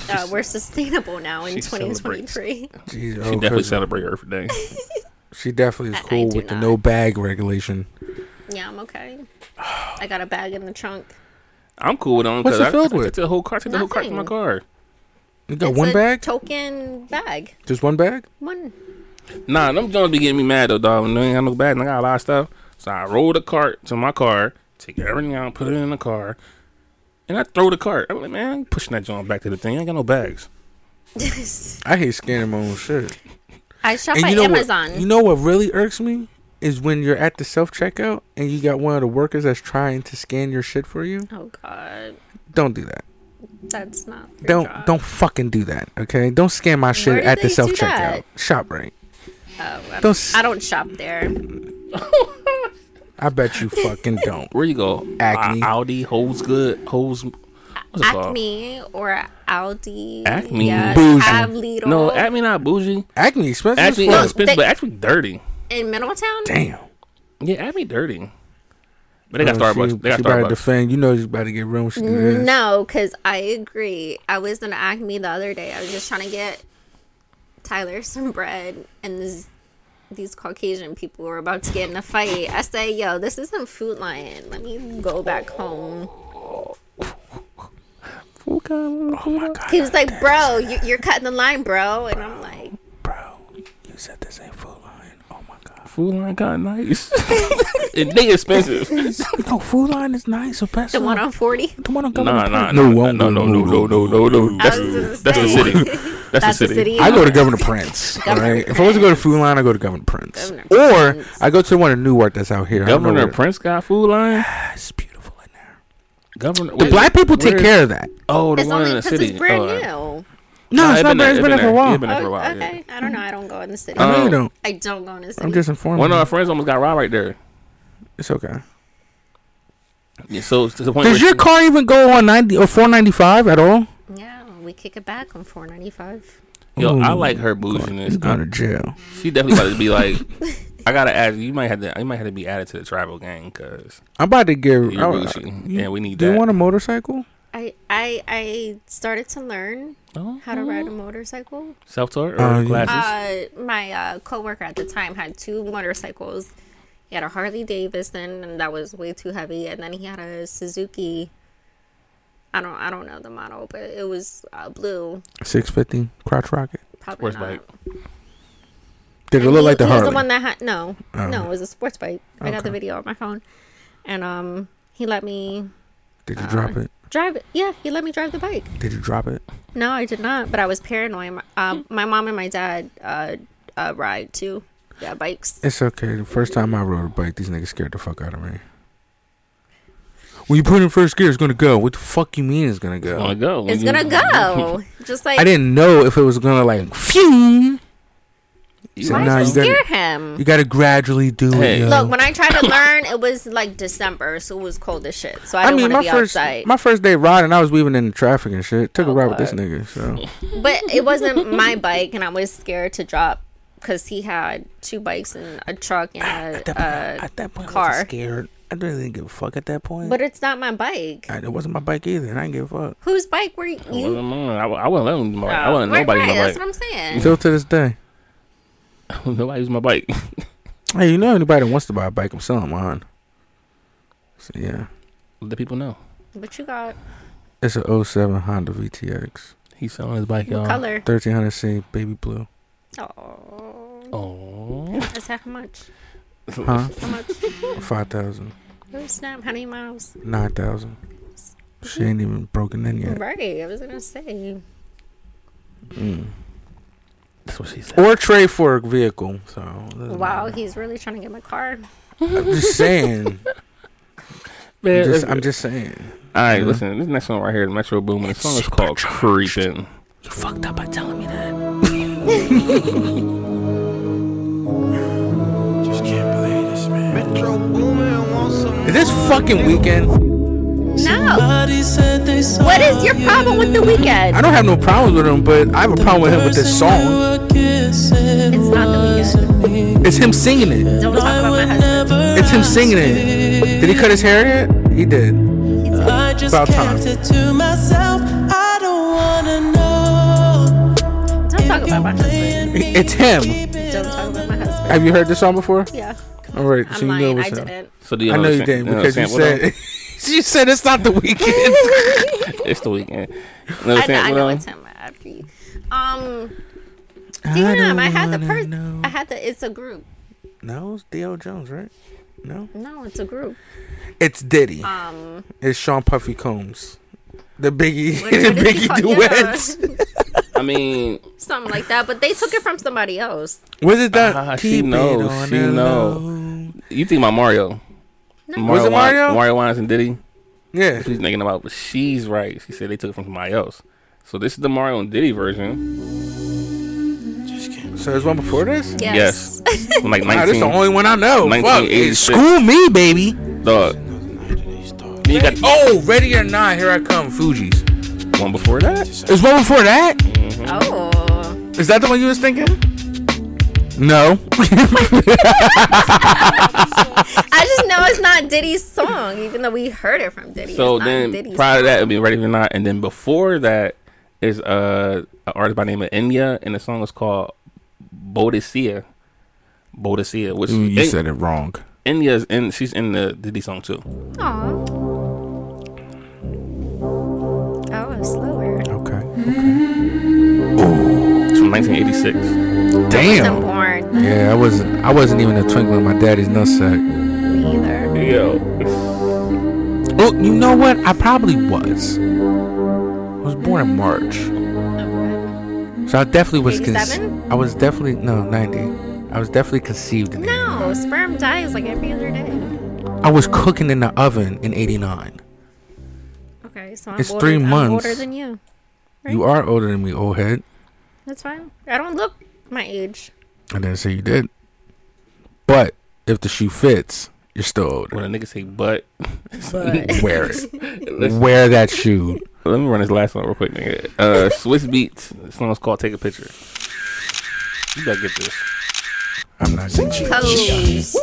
C: Uh, we're sustainable now in
D: she
C: twenty twenty
D: celebrates.
C: three.
A: Jeez,
D: she
A: oh,
D: definitely
A: cousin.
D: celebrate Earth Day.
A: she definitely is
C: I- I
A: cool
C: do
A: with the
C: not.
A: no bag regulation.
C: Yeah, I'm okay. I got a bag in the trunk.
D: I'm cool with them
A: What's
D: because
A: it
D: I,
A: filled
D: I
A: with?
D: took the whole car. Take the whole car to my
C: Nothing.
D: car.
A: You got
C: It's
A: one
C: a
A: bag?
C: Token bag.
A: Just one bag?
C: One.
D: Nah, them Jones be getting me mad though, dog. When they ain't got no bag, and I got a lot of stuff. So I roll the cart to my car, take everything out, put it in the car, and I throw the cart. I'm like, man, I ain't pushing that John back to the thing. I ain't got no bags.
A: I hate scanning my own shit.
C: I shop
A: And
C: at
A: you know
C: Amazon.
A: what? You know what really irks me is when you're at the self checkout and you got one of the workers that's trying to scan your shit for you.
C: oh God,
A: Don't do that.
C: that's not. your
A: Don't
C: job.
A: don't fucking do that. Okay. Don't scan my shit
C: Where do
A: at the
C: they do
A: self checkout.
C: that?
A: Shop right.
C: Oh, I-
A: don't s-
C: I don't shop there.
A: I bet you fucking don't.
D: Where you go?
A: Acme.
D: Uh, Audi, Hoes Good, Hoes. What's it called?
C: Acme or Aldi.
D: Oh. Acme.
C: Yeah,
A: Bougie.
C: Have Lidl.
D: No, Acme not bougie.
A: Acne expensive.
D: Acme
A: Acne
D: not
C: No,
D: expensive,
C: they-
D: but Acme dirty.
C: in Middletown.
A: Damn.
D: Yeah, Acme dirty. But they got
A: Oh,
D: Starbucks.
A: She,
D: they got
A: she about to
D: Starbucks.
A: defend. You know she's about to get real when she do this.
C: No, because I agree. I was in Acme the other day. I was just trying to get Tyler some bread, and this, these Caucasian people were about to get in a fight. I say, yo, this isn't Food Lion. Let me go back home.
A: Oh my god,
C: He was like, bro, you, you're cutting the line, bro. And I'm like,
A: bro. You said this ain't food line. Oh my god.
D: Food line got nice. and they expensive.
A: No, food line is nice. So best
C: the one on 40?
A: The one on
D: Nah, nah,
A: No,
D: nah,
A: won't
D: nah,
A: do,
D: no,
A: won't do.
D: no, no, no, no, no.
C: I was
D: That's,
C: gonna
D: that's the
C: say.
D: city. That's,
C: That's
D: the
C: the
D: city.
C: city.
A: I go to Governor Prince. all
C: Governor
A: right? If I was to go to Food Line, I go to Governor Prince.
C: Governor
A: or
C: Prince.
A: I go to the one in Newark that's out here. I don't know
D: Governor
A: where-
D: Prince got food line.
A: It's beautiful in there.
D: Governor.
A: The black people take care of that.
D: Oh, the
C: It's
D: one
C: only
D: in the
C: because
D: city.
C: it's brand
D: Oh,
C: new.
D: alright.
A: No,
D: Nah,
A: it's not bad. It's been there for a
D: It's
A: while.
D: been there for a
C: Oh,
D: while.
C: okay.
D: yeah.
C: I don't know. I don't go in the city.
A: I know
D: Um,
A: you don't.
C: I don't go in the city.
A: I'm just informing.
D: One of
A: you.
D: our friends almost got robbed right there.
A: It's okay.
D: Yeah, so to the point.
A: Does
D: where
A: your
D: she-
A: car even go on ninety or four ninety five at all?
C: yeah, we kick it back on 495.
D: Yo, I
A: Ooh.
D: like her
A: He's
D: bouginess.
A: going
D: I-
A: to jail.
D: She definitely about to be like. I gotta ask you. Might have to. You might have to be added to the tribal gang because
A: I'm about to give.
D: you're
A: I- I-
D: bougie, and we need
A: Do
D: that.
A: you want a motorcycle?
C: I I I started to learn
D: oh,
C: how to ride a motorcycle.
D: self taught or
A: Uh, yeah.
D: glasses?
C: Uh, my uh, coworker at the time had two motorcycles. He had a Harley Davidson, and that was way too heavy. And then he had a Suzuki. I don't I don't know the model, but it was uh, blue.
A: Six fifty crotch rocket.
C: Probably
D: Sports
C: not.
D: bike.
A: Did it
C: And
A: look
C: he-
A: like the
C: he was
A: Harley?
C: the one that had no,
A: Oh.
C: no, it was a sports bike. I got the video on my phone, and um, he let me
A: Did
C: uh,
A: you drop it?
C: drive it. Yeah, he let me drive the bike.
A: Did you drop it?
C: No, I did not. But I was paranoid. My- Uh,
D: Hmm.
C: my mom and my dad uh, uh, ride too. Yeah, bikes.
A: It's okay. The first time I rode a bike, these niggas scared the fuck out of me. When you put it in first gear, it's gonna go. What the fuck you mean it's gonna go?
D: Wanna go?
C: It's
D: You-
C: gonna go. Just like
A: I didn't know if it was gonna like fume.
D: you
A: So
C: why
D: wanna
A: Nah,
C: did
A: you
C: you
A: gotta-
C: scare him?
A: You gotta gradually do
D: Hey.
A: it. Yo.
C: Look, when I tried to learn, it was like December, so it was cold as shit. So I,
A: I
C: didn't
A: mean,
C: want
A: my
C: to be
A: first
C: outside.
A: my first day riding, I was weaving in the traffic and shit. Took a
C: Oh,
A: ride with this
C: fuck.
A: nigga. So
C: But it wasn't my bike, and I was scared to drop because he had two bikes and a truck and a. Uh,
H: At that point,
C: I wasn't car.
H: scared. I didn't give a fuck at that point.
C: but it's not my bike.
A: I, it wasn't my bike either, and I didn't give a fuck.
C: Whose bike were you?
D: It wasn't
C: you
D: mine. mm, I, wa- I wouldn't let him. do My, I wouldn't let
C: Mm-hmm. Oh. Right,
D: nobody
C: right,
D: use my
C: That's
D: bike.
C: what I'm saying.
A: Still to this day.
D: Nobody use my bike.
A: Hey, you know anybody that wants to buy a bike? I'm selling mine. So yeah,
D: Let people know
C: What you got?
A: it's a 07 Honda VTX,
D: he's selling his bike.
C: What
D: y'all.
C: color?
A: 1300C, baby blue.
C: Oh,
D: Oh,
C: that's how much?
A: Huh?
C: How much?
A: 5,000,
C: Oh snap! How many miles?
A: 9,000. She ain't even broken in yet.
C: Right, I was gonna say.
D: that's what she said.
A: Mm. Or trade for a vehicle. So it doesn't
C: Wow,
A: matter.
C: he's really trying to get my car.
A: I'm just saying. I'm
D: Man,
A: just,
D: that's-
A: I'm just saying.
D: All right,
A: Yeah.
D: listen. This next one right here is Metro Boomin. The song is called "Creepin'."
H: you fucked up by telling me that.
I: Metro Boomin wants some
A: Is this fucking weekend?
C: No.
H: said they saw
C: What is your problem with the weekend?
A: I don't have no problems with him, but I have a problem with him with this song.
C: It's not the weekend.
A: It's him singing it.
C: Don't talk about my husband.
A: It's him singing it. Did he cut his hair yet? He did.
H: I just
A: About
H: kept
A: time.
H: it to myself. I don't wanna know.
C: Don't talk about my husband.
A: It's him.
C: Don't talk about my husband.
A: Have you heard this song before?
C: Yeah.
A: All right, so
C: I'm
A: you know
C: lying. I
A: what's him.
C: didn't.
D: So do you
A: I know you
D: the
A: didn't
D: sam- know the
A: because you
D: sample, though?
A: said you said it's not the weekend.
D: it's the weekend. You
C: I
D: know the
C: know, I know
D: sample, though?
C: it's him. After you. Um, damn, I, had the
A: wanna
C: person. I had the. It's a group.
A: no, it's D.L. Jones, right?
C: No, it's a group.
A: It's Diddy.
C: Um,
A: It's Sean Puffy Combs. The Biggie,
C: what-
A: the
C: what is he
A: Biggie
C: called? Yeah,
A: duets.
D: I mean,
C: something like that. But they took it from somebody else.
A: Was it that?
D: Ah, she
A: Keep it
D: knows,
A: on
D: she
A: the
D: know.
A: low.
D: you think about Mario.
C: No.
A: Was it
D: Wi-
A: Mario?
D: Mario Wines and Diddy.
A: Yeah.
D: She's thinking about, but she's right. She said they took it from somebody else. So this is the Mario and Diddy version.
A: So there's one before this.
C: Yes.
D: From like
A: Nah, this
D: 19.
A: the only one I know. Fuck,
D: 1986.
A: school me, baby.
D: dog. Then you got
A: Oh, ready or not, here I come, Fuji's.
D: one before that.
A: Is one before that?
C: oh.
A: Is that the one you was thinking? No.
C: I just know it's not Diddy's song, even though we heard it from Diddy.
D: So
C: It's not
D: then
C: Diddy's
D: prior to
C: song.
D: that, it'd be Ready or Not, and then before that is uh, an artist by the name of Enya, and the song was called Bodicea. Bodicea, which En-
A: it wrong.
D: Enya's in. She's in the Diddy song too.
C: Aw. Oh, it's slower.
A: Okay.
D: It's from 1986.
C: Wasn't
A: Damn.
C: born
A: Yeah, I wasn't. I wasn't even a twinkle in my daddy's nutsack.
C: either.
D: Yo,
A: Oh, you know what? I probably was. I was born in March, so I definitely was.
C: 87?
A: I was definitely no ninety. I was definitely conceived in.
C: No, sperm dies like every other day.
A: I was cooking in the oven in '89.
C: Okay, so I'm
A: It's
C: older,
A: three
C: I'm
A: months.
C: older than you.
A: You are older than me, old head.
C: That's fine. I don't look my age.
A: I didn't say you did. But if the shoe fits, you're still older.
D: when a nigga say butt,
A: Wear it. Wear that shoe.
D: let me run this last one real quick, nigga. Uh, Swiss Beats. This song's called "Take a Picture." You gotta get this.
A: I'm not.
C: Pose.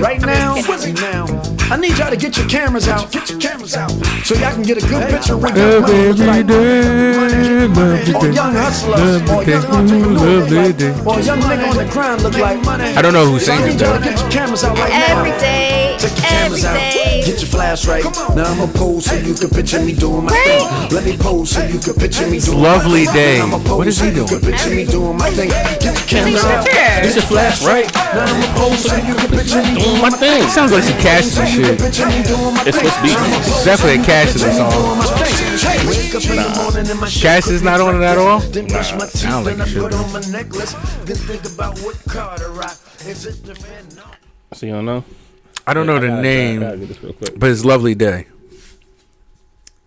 B: Right now, now, I need y'all to get your cameras out. Get your cameras out. So y'all can get a good picture with your money look like. Or young hustlers, or young entrepreneurs, look like, or young nigga on the grind look like.
A: I don't know who sang
B: I
A: it
B: need y'all to
A: though.
B: get your cameras out right now.
C: Every day,
B: Take your
C: every
B: cameras out.
C: day.
B: Get your flash right. Now I'm a pose so you can picture me doing my thing. Let me pose so you can picture me doing
A: Lovely
B: my thing.
A: day.
B: Now I'm a pose
A: What is
B: so
A: he
B: you can
A: doing?
B: picture me doing my thing. Get your cameras
C: your
B: out.
C: picture.
B: Get your flash right. Now I'm a pose so you can picture me doing my
A: My thing. Sounds like she cashed this shit.
B: picture me doing my
D: It's
B: thing.
D: Swiss Beats.
A: It's definitely a cash to this song. Cash is not on it at all.
B: Nah, sound
A: like it should be.
D: So you don't know?
A: I don't know the
D: I gotta
A: name,
D: get this real quick.
A: but it's Lovely Day.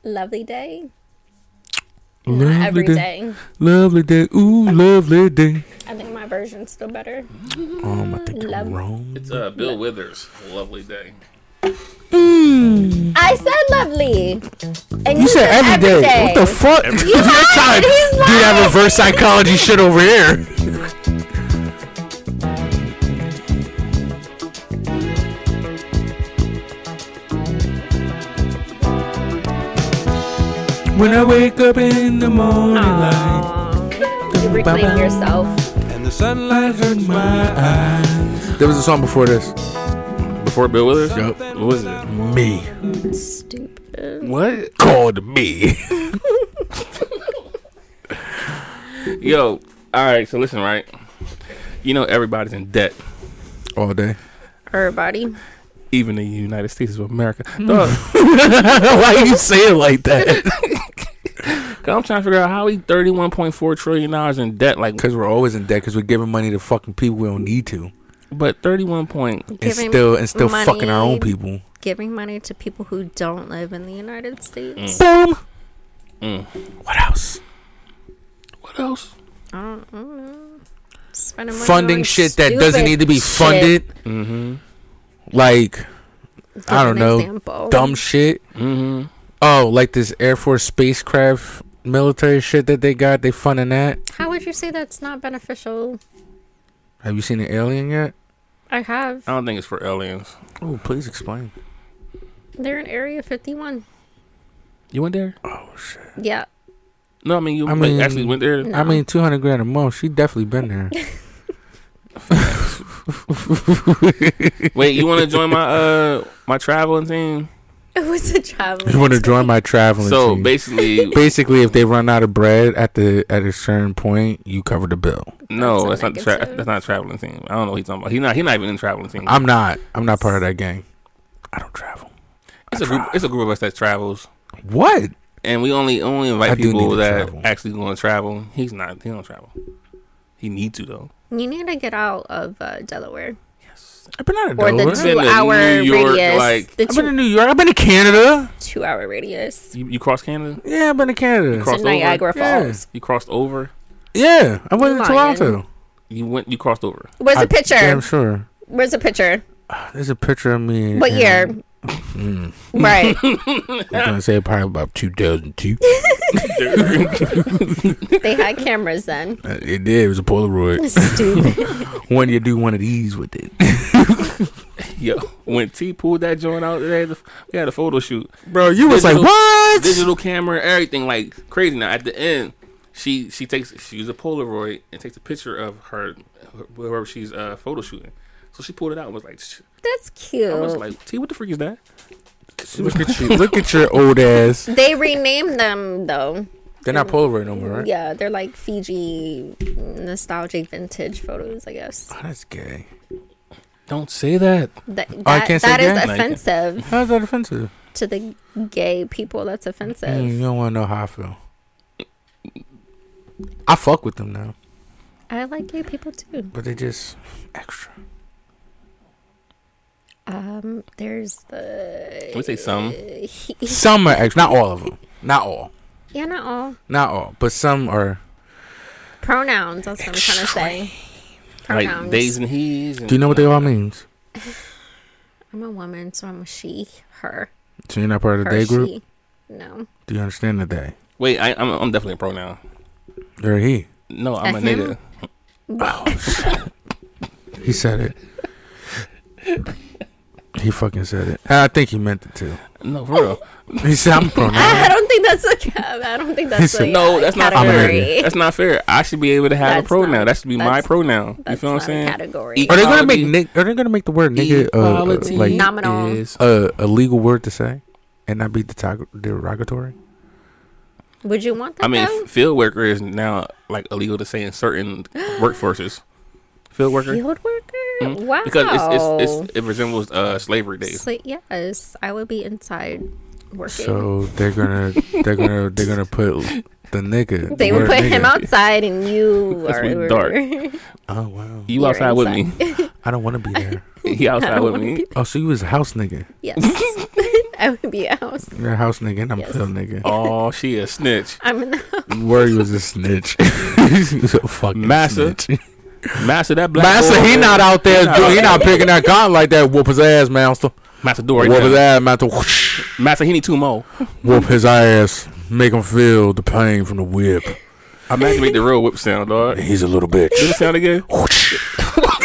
C: Lovely day. Not every day.
A: Lovely day. Ooh, lovely day.
C: I think my version's still better.
A: Oh, I think you're
C: Love-
A: wrong.
D: It's uh, Bill Withers. Lovely day.
C: I said lovely. And you,
A: Hmm. You said every day. What the fuck?
C: You
A: You're
C: lied.
A: trying-
C: He's
A: Do that
C: lying.
A: reverse psychology shit over here. When I wake up in the morning light
C: Aw. You reclaim yourself.
A: and the sunlight hurts my eyes. There was a song before this.
D: Before Bill Withers?
A: Yup.
D: What was it?
A: Me.
C: Stupid.
A: What? Called me.
D: Yo, all right. So listen, right? You know everybody's in debt,
A: All day.
C: Everybody.
D: even the United States of America. Dog,
A: Why you say it like that?
D: 'cause I'm trying to figure out how we 31.4 trillion dollars in debt. Like,
A: Because we're always in debt because we're giving money to fucking people we don't need to.
D: but 31 point.
A: and
C: Giving
A: still and still
C: money-
A: fucking our own people.
C: Giving money to people who don't live in the United States.
D: Mm.
A: Boom. What else?
D: What else?
C: I don't, I don't know. Spending money
A: Funding
C: on
A: shit that doesn't
C: stupid
A: need to be
C: shit.
A: funded. Mm-hmm. Like I don't
C: an
A: know,
C: example.
A: dumb shit.
D: Mm-hmm.
A: Oh, like this Air Force spacecraft military shit that they got. They funding that.
C: How would you say that's not beneficial?
A: Have you seen an alien yet?
C: I have.
D: I don't think it's for aliens.
A: Oh, please explain.
C: They're in Area 51.
D: You went there?
C: Yeah.
D: No, I mean you
A: I
D: like,
A: mean-
D: actually went there.
A: I mean, two hundred grand a month. She definitely been there.
D: Wait, you want to join my uh my traveling team?
C: It was a travel.
A: you want to join my traveling?
D: So
A: team?
D: basically,
A: basically, if they run out of bread at the at a certain point, you cover the bill.
D: no,
C: That's
D: that's
C: a
D: not the tra-
C: negative.
D: that's not a traveling team. I don't know what he's talking about. He's not he's not even in the traveling team.
A: I'm not. I'm not part of that gang. I don't travel.
D: it's a group. It's a group of us that travels,
A: What?
D: and we only only invite
A: I do need
D: people
A: to
D: that
A: travel.
D: actually going to travel. He's not. He don't travel. He need to though.
C: You need to get out of uh, Delaware
A: I've been out of
C: or the
A: Delaware.
D: Been
C: two
D: to
C: hour
D: New York,
C: radius.
D: like-
C: the
A: I've been
C: two,
A: to New York. I've been to Canada.
C: two hour radius.
D: You, you cross Canada.
A: Yeah, I've been to Canada.
D: Crossed
C: To
D: over.
C: Niagara
A: Yeah.
C: Falls.
D: You crossed over.
A: Yeah, I went to
C: Lying.
A: Toronto.
D: You went. You crossed over.
C: Where's the picture?
A: I'm sure.
C: Where's the picture?
A: There's a picture of me.
C: What
A: and-
C: year?
D: Mm.
C: Right.
A: I'm gonna say probably about 2002. Uh,
C: they had cameras then.
A: Uh, it did. It was a Polaroid.
C: Stupid.
A: when you do one of these with it,
D: Yo, when T pulled that joint out, they had the, we had a photo shoot.
A: bro, you was like,
D: Digital-
A: what?
D: digital camera, everything like crazy. Now at the end, she she takes she uses a Polaroid and takes a picture of her whoever she's uh photo shooting. So she pulled it out and was like, "Shh."
C: That's cute.
D: I was like, T, what the freak is that?
A: Look at you. Look at your old ass.
C: they renamed them though.
A: They're not Polaroid no more, right?
C: Yeah, they're like Fiji nostalgic vintage photos, I guess.
A: Oh, that's gay.
D: Don't say that.
C: That, that,
A: Oh, I can't say
C: that is
A: gay?
D: Like it.
C: offensive
A: How's that offensive?
C: to the gay people. That's offensive.
A: Mm, you don't want to know how I feel. I fuck with them now,
C: I like gay people too.
A: but they just extra.
C: Um, there's the
D: Can we say some?
A: Some are extra, not all of them. Not all.
C: yeah, not all
A: Not all, but some are.
C: pronouns. That's what I'm trying to say. Pronouns.
D: Like days and he's. And
A: Do you know what they all means?
C: I'm a woman, so I'm a she, her,
A: So you're not part of the
C: her,
A: day group.
C: she. No,
A: Do you understand the day?
D: Wait, I, I'm I'm definitely a pronoun.
A: Or he.
D: No, I'm a
C: At him?
D: nigga.
A: He said it. he fucking said it. I think he meant it too.
D: No, for real.
A: He said I'm a pronoun.
C: I don't think that's a cab. I don't think that's a
D: no, that's not
A: category.
D: fair. That's not fair. I should be able to have
C: That's
D: a pronoun.
C: not-
D: that should be my
C: that's-
D: pronoun. You
C: that's
D: feel what
C: not a
D: I'm saying? E
C: category.
A: Are they gonna make ni- Are they gonna make the word nigga uh, uh,
D: Equality
A: like
C: Nominal.
D: is-
A: a a legal word to say, and not be detog- derogatory?
C: Would you want that?
D: I mean,
C: though?
D: f- field worker is now like illegal to say in certain workforces. Field worker,
C: field worker.
D: Mhm.
C: Wow.
D: because it's, it's, it's it resembles uh, slavery days.
C: Sli- yes, I would be inside working.
A: So they're gonna they're gonna they're gonna put the nigga. the
C: they would
A: word
C: put him
A: nigga.
C: outside, and you
D: That's
C: are
D: really dark.
A: Oh wow!
D: You outside with me.
A: I don't want to be there.
D: He outside with me.
A: Oh, so you was a house nigga.
C: yes, I would be out.
A: You're a house nigga, and I'm a field nigga.
D: Oh, she a snitch.
C: I'm in the house.
A: Where he was a snitch. he was a fucking
D: Massa.
A: snitch.
D: Master that black.
A: Master,
D: boy-
A: he not out there. He
D: He not
A: not,
D: out
A: he not picking that gun like that. Whoop his ass, master.
D: Master door.
A: whoop his
D: Right
A: ass, master. Whoosh.
D: Master, he need two more.
A: Whoop his ass. Make him feel the pain from the whip.
D: I imagine make the real whip sound, dog. Do
A: He's a little bitch.
D: the sound again.
A: Whoosh.
D: How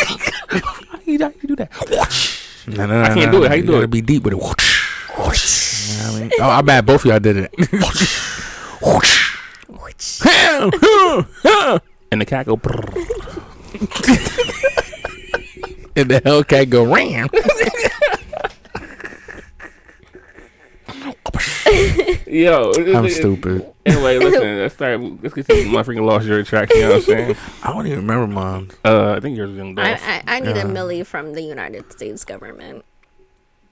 D: you do how you do that?
A: Nah, nah, nah,
D: I can't
A: nah.
D: do it. How you do
A: gotta
D: it?
A: Be deep with it. Whoosh. Whoosh. You know what I mean? Oh, I bet both of y'all did it. Whoosh.
D: And the cat go.
A: and the Hellcat go ram.
D: Yo,
A: I'm stupid.
D: Anyway, listen. Let's start. Let's get to my freaking lost your track. You know what I'm saying?
A: I don't even remember mine.
D: Uh, I think yours is in the.
C: I, I, I need a millie from the United States government.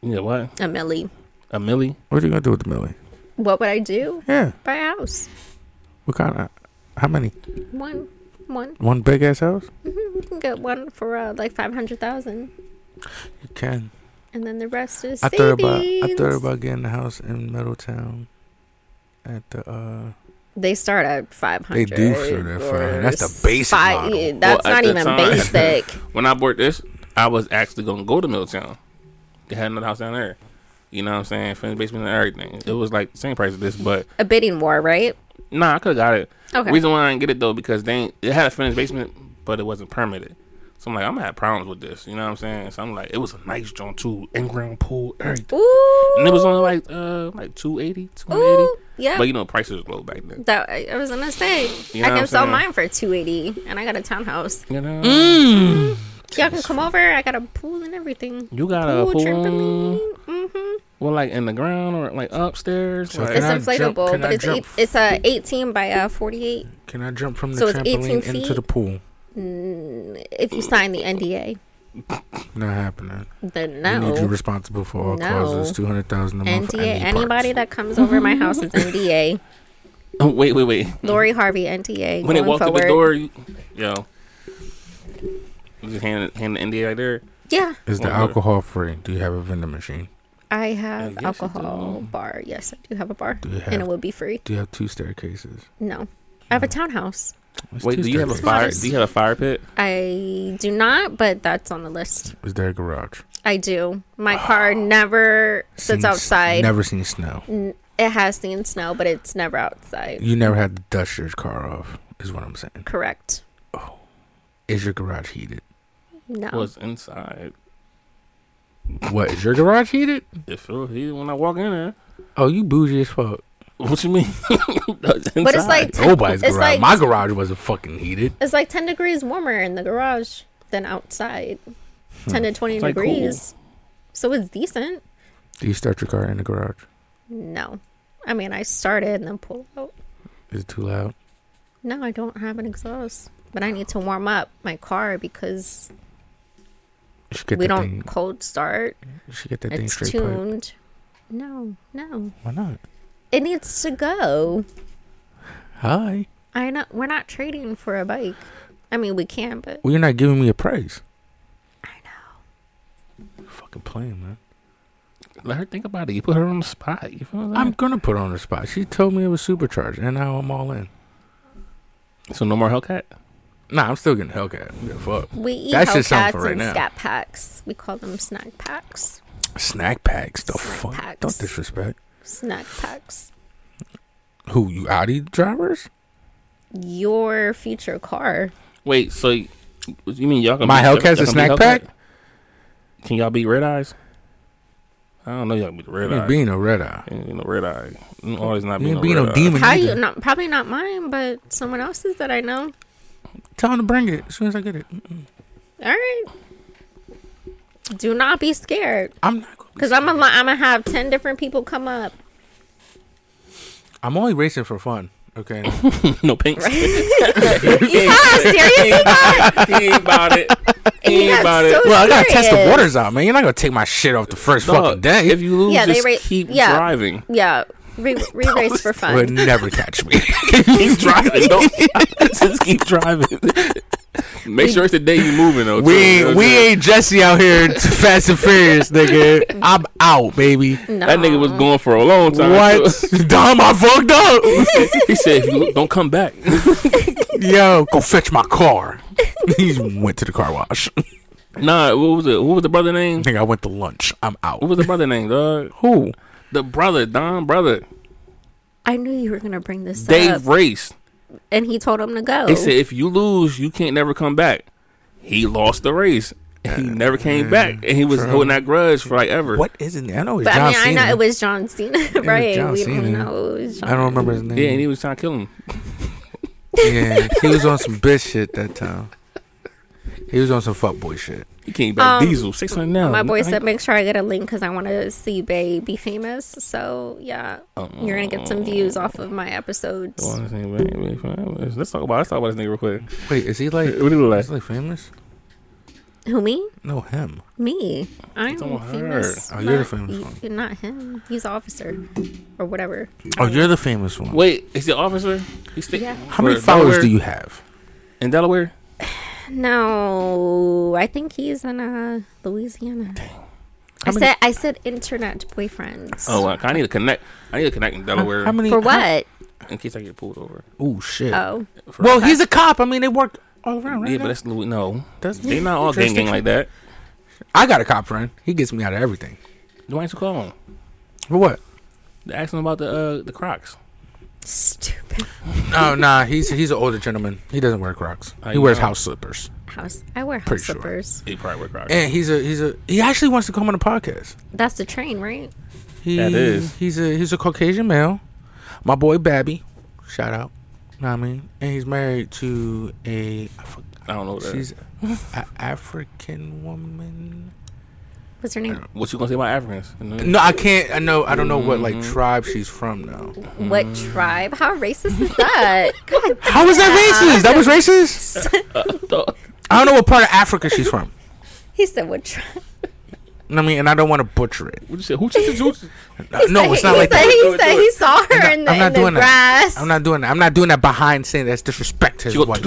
D: Yeah, what?
C: A millie.
D: A millie?
A: What are you gonna do with the millie?
C: What would I do?
A: Yeah.
C: Buy a house.
A: What kind of? How many?
C: One, one.
A: One big ass house?
C: You can get one for uh, like five hundred thousand,
A: You can.
C: and then the rest is
A: I
C: savings.
A: thought about I thought about getting a house in Middletown at the uh
C: They start at five
A: They
C: hundred.
A: do start at 500. That's the basic model.
C: That's
D: Well,
C: not
D: at the
C: even
D: time-
C: basic.
D: When I bought this, I was actually gonna go to Middletown. They had another house down there. You know what I'm saying? From the basement and everything. It was like same price as this, but
C: A bidding war, right?
D: Nah, I could have got it.
C: Okay.
D: Reason why I didn't get it though because they ain't, it had a finished basement, but it wasn't permitted. So I'm like, I'm gonna have problems with this. You know what I'm saying? So I'm like, it was a nice joint too, in ground pool, everything.
C: Ooh.
D: And it was only like uh like 280, 280.
C: Ooh. Yeah.
D: But you know, prices was low back then.
C: That I I was gonna say,
D: You know
C: I
D: what I'm
C: can sell
D: saying?
C: mine for two eighty, and I got a townhouse.
D: You know,
C: Mm. Y'all can come over. I got a pool and everything.
D: you got a
C: Pool,
D: pool,
C: Mm-hmm.
D: well, like in the ground or like upstairs.
A: So
D: like-
A: can
C: It's
A: I jump-
C: inflatable,
A: can
C: but
A: I
C: it's
A: jump
C: eight, it's a eighteen by uh forty eight.
A: Can I jump from the
C: So it's 18
A: trampoline into
C: feet? Mm,
A: the pool?
C: If you sign the NDA,
A: Not happening.
C: then
A: I need you
C: no.
A: responsible for all
C: No.
A: causes. Two hundred thousand a month.
C: NDA.
A: I need
C: Anybody
A: parts.
C: that comes over my house is NDA.
D: oh, wait, wait, wait.
C: Lori Harvey, NDA.
D: when they
C: going
D: walked through
C: forward.
D: the door, you, yo, you just hand hand the NDA right there.
C: Yeah,
A: is the
D: Well,
A: alcohol free? Do you have a vending machine?
C: I have
D: yes, you
C: alcohol
D: do.
C: bar. Yes, I do have a bar,
A: you have-
C: and it would be free.
A: Do you have two staircases?
C: No, I have a townhouse.
A: It's
D: Wait,
A: two
D: do you have a
A: staircases.
D: fire?
C: Nice.
D: Do you have a fire pit?
C: I do not, but that's on the list.
A: Is there a garage?
C: I do. My car never sits
A: Seen s-
C: outside.
A: Never seen snow.
C: It has seen snow, but it's never outside.
A: You never had to dust your car off. Is what I'm saying.
C: Correct.
A: Is your garage heated?
C: No.
D: Was inside.
A: What is your garage heated?
D: It feels heated when I walk in there.
A: Oh, you bougie as fuck.
D: What you mean?
C: but it's like
A: Nobody's
C: it's
A: garage.
C: like
A: My garage wasn't fucking heated.
C: it's like ten degrees warmer in the garage than outside. Ten to twenty
D: Hmm. It's like
C: degrees. So it's decent.
A: Do you start your car in the garage?
C: No, I mean I started and then pull out.
A: Is it too loud?
C: No, I don't have an exhaust, but I need to warm up my car because
A: You should get
C: we
A: that
C: don't
A: thing.
C: cold start.
A: You should get that thing
C: It's
A: straight. Pipe.
C: tuned. No, no,
A: Why not?
C: it needs to go.
A: Hi.
C: I know we're not trading for a bike. I mean, we can, but
A: Well, you're not giving me a price. I know. Fucking playing, man.
D: let her think about it. You put her on the spot. You feel that?
A: I'm gonna put her on the spot. She told me it was supercharged, and now I'm all in.
D: so no more Hellcat.
A: Nah, I'm still getting Hellcat. Who the Fuck.
C: we eat
A: That shit's something
C: Hellcats
A: for right
C: and
A: now.
C: scat packs. We call them snack packs.
A: Snack packs. The fuck.
C: packs.
A: Don't disrespect.
C: Snack packs.
A: Who you Audi drivers?
C: Your future car.
D: Wait, so y- you mean y'all can
A: My
D: be-
A: Hellcat's a
D: y'all can be
A: snack
D: Hellcat?
A: pack.
D: Can y'all beat Red Eyes? I don't know. Y'all can beat the Red
A: You
D: Eyes.
A: ain't being no red eye.
D: Ain't no Red Eye. I'm always not
A: You ain't
D: being no,
A: being
D: red
A: no
D: Eye.
A: demon.
C: How you?
A: either.
C: Not probably not mine, but someone else's that I know.
A: Tell him to bring it as soon as I get it.
C: All right. Do not be scared,
A: I'm not gonna. Be
C: cause I'm gonna I'm gonna have ten different people come up.
A: I'm only racing for fun. Okay.
D: no pinks.
C: Ah, seriously?
D: he ain't about it. He
C: You
D: ain't
C: got
D: about it.
C: so
A: Well, I gotta test the
C: serious.
A: waters out, man. You're not gonna take my shit off the first fucking
D: Dog,
A: day.
D: If you lose,
C: Yeah, they
D: just
C: ra-
D: keep
C: yeah.
D: driving.
C: Yeah, re race for
A: would
C: fun.
A: never catch me.
D: Keep driving. Don't just keep driving. Make sure it's the day you moving though.
A: we
D: too.
A: ain't, we ain't Jesse out here t- fast and furious, nigga. I'm out, baby.
C: No.
D: That nigga was going for a long time.
A: What? Dom, I fucked up.
D: he said, if you look, "Don't come back."
A: Yo, go fetch my car. he went to the car wash.
D: nah, what was it? What was the brother name?
A: Nigga, I went to lunch. I'm out.
D: What was the brother name, dog?
A: Who?
D: The brother, Don brother,
C: I knew you were gonna bring this
D: Dave
C: up,
D: Race.
C: and he told him to go.
D: They said, "If you lose, you can't never come back." He lost the race. He never came back, and he was holding that grudge for like ever.
A: What is his name? I know it's
C: but
A: John
C: I mean, I know
A: Cena.
C: it was John Cena, right?
A: John
C: we
A: Cena.
C: don't know. It was John.
A: I don't remember his name.
D: Yeah, and he was trying to kill him.
A: Yeah, he was on some bitch shit that time. He was on some fuckboy shit.
D: You can't back
C: Um,
D: Diesel six hundred now.
C: My boy
D: I-
C: said, make sure I get a link because I want to see Bay be famous. So yeah, you're gonna get some views off of my episodes.
D: Well, this ain't bad, man. Fine. Let's let's talk about let's talk about this nigga real quick.
A: Wait, is he like?
D: What do you look
A: Is he like famous?
C: Who me?
A: No, him.
C: Me? I'm
D: talking about her.
C: famous. E-
A: Oh, you're the
C: not-
A: famous
C: y- Not him. He's officer or whatever.
A: Oh, you're the famous one.
D: Wait, is the officer? He's the
C: Yeah.
A: How many followers do you have?
D: in Delaware? Oh,
C: No, I think he's in uh, Louisiana. I
A: many-
C: said I said internet boyfriends.
D: Oh, wow. I need to connect. I need to connect in Delaware
A: How many?
C: For what?
D: in case I get pulled over.
A: Oh shit.
C: Oh,
D: For-
A: well, he's a cop. I mean, they work all around, right?
D: yeah, but that's Louis. No,
A: That's-
D: they not all gang gang like that.
A: I got a cop friend. He gets me out of everything.
D: Why don't you call him?
A: For what?
D: They asked him about the uh, the Crocs.
C: Stupid
A: Oh nah, he's he's an older gentleman. He doesn't wear Crocs.
D: I
A: He wears
D: know.
A: house slippers.
C: house. I wear house
A: Pretty sure.
C: slippers.
D: He probably wear Crocs.
A: And he's a he's a he actually wants to come on the podcast.
C: That's the train, right?
A: He,
D: That is.
A: He's a he's a Caucasian male. My boy Babby, shout out. Know what I mean, and he's married to a I forgot-
D: I don't know what that
A: she's
D: is.
A: an African woman.
C: What's her name?
A: Uh,
D: What you gonna say about Africans?
A: No, I can't. I know. I don't know what like
D: Mm-hmm.
A: tribe she's from though.
C: What tribe? How racist is that? God,
A: mm. How was that racist? That was racist.
D: Uh,
A: I don't know what part of Africa she's from.
C: he said what tribe?
A: Know what I mean, and I don't want to butcher it.
D: What you say? Who's this?
A: No, it's not
C: he
A: like
C: said,
A: that.
C: He said he saw her in the,
A: I'm not
C: in the
A: doing
C: grass.
A: that. I'm not doing that. I'm not doing that behind saying that's disrespect to his
D: You go
A: wife.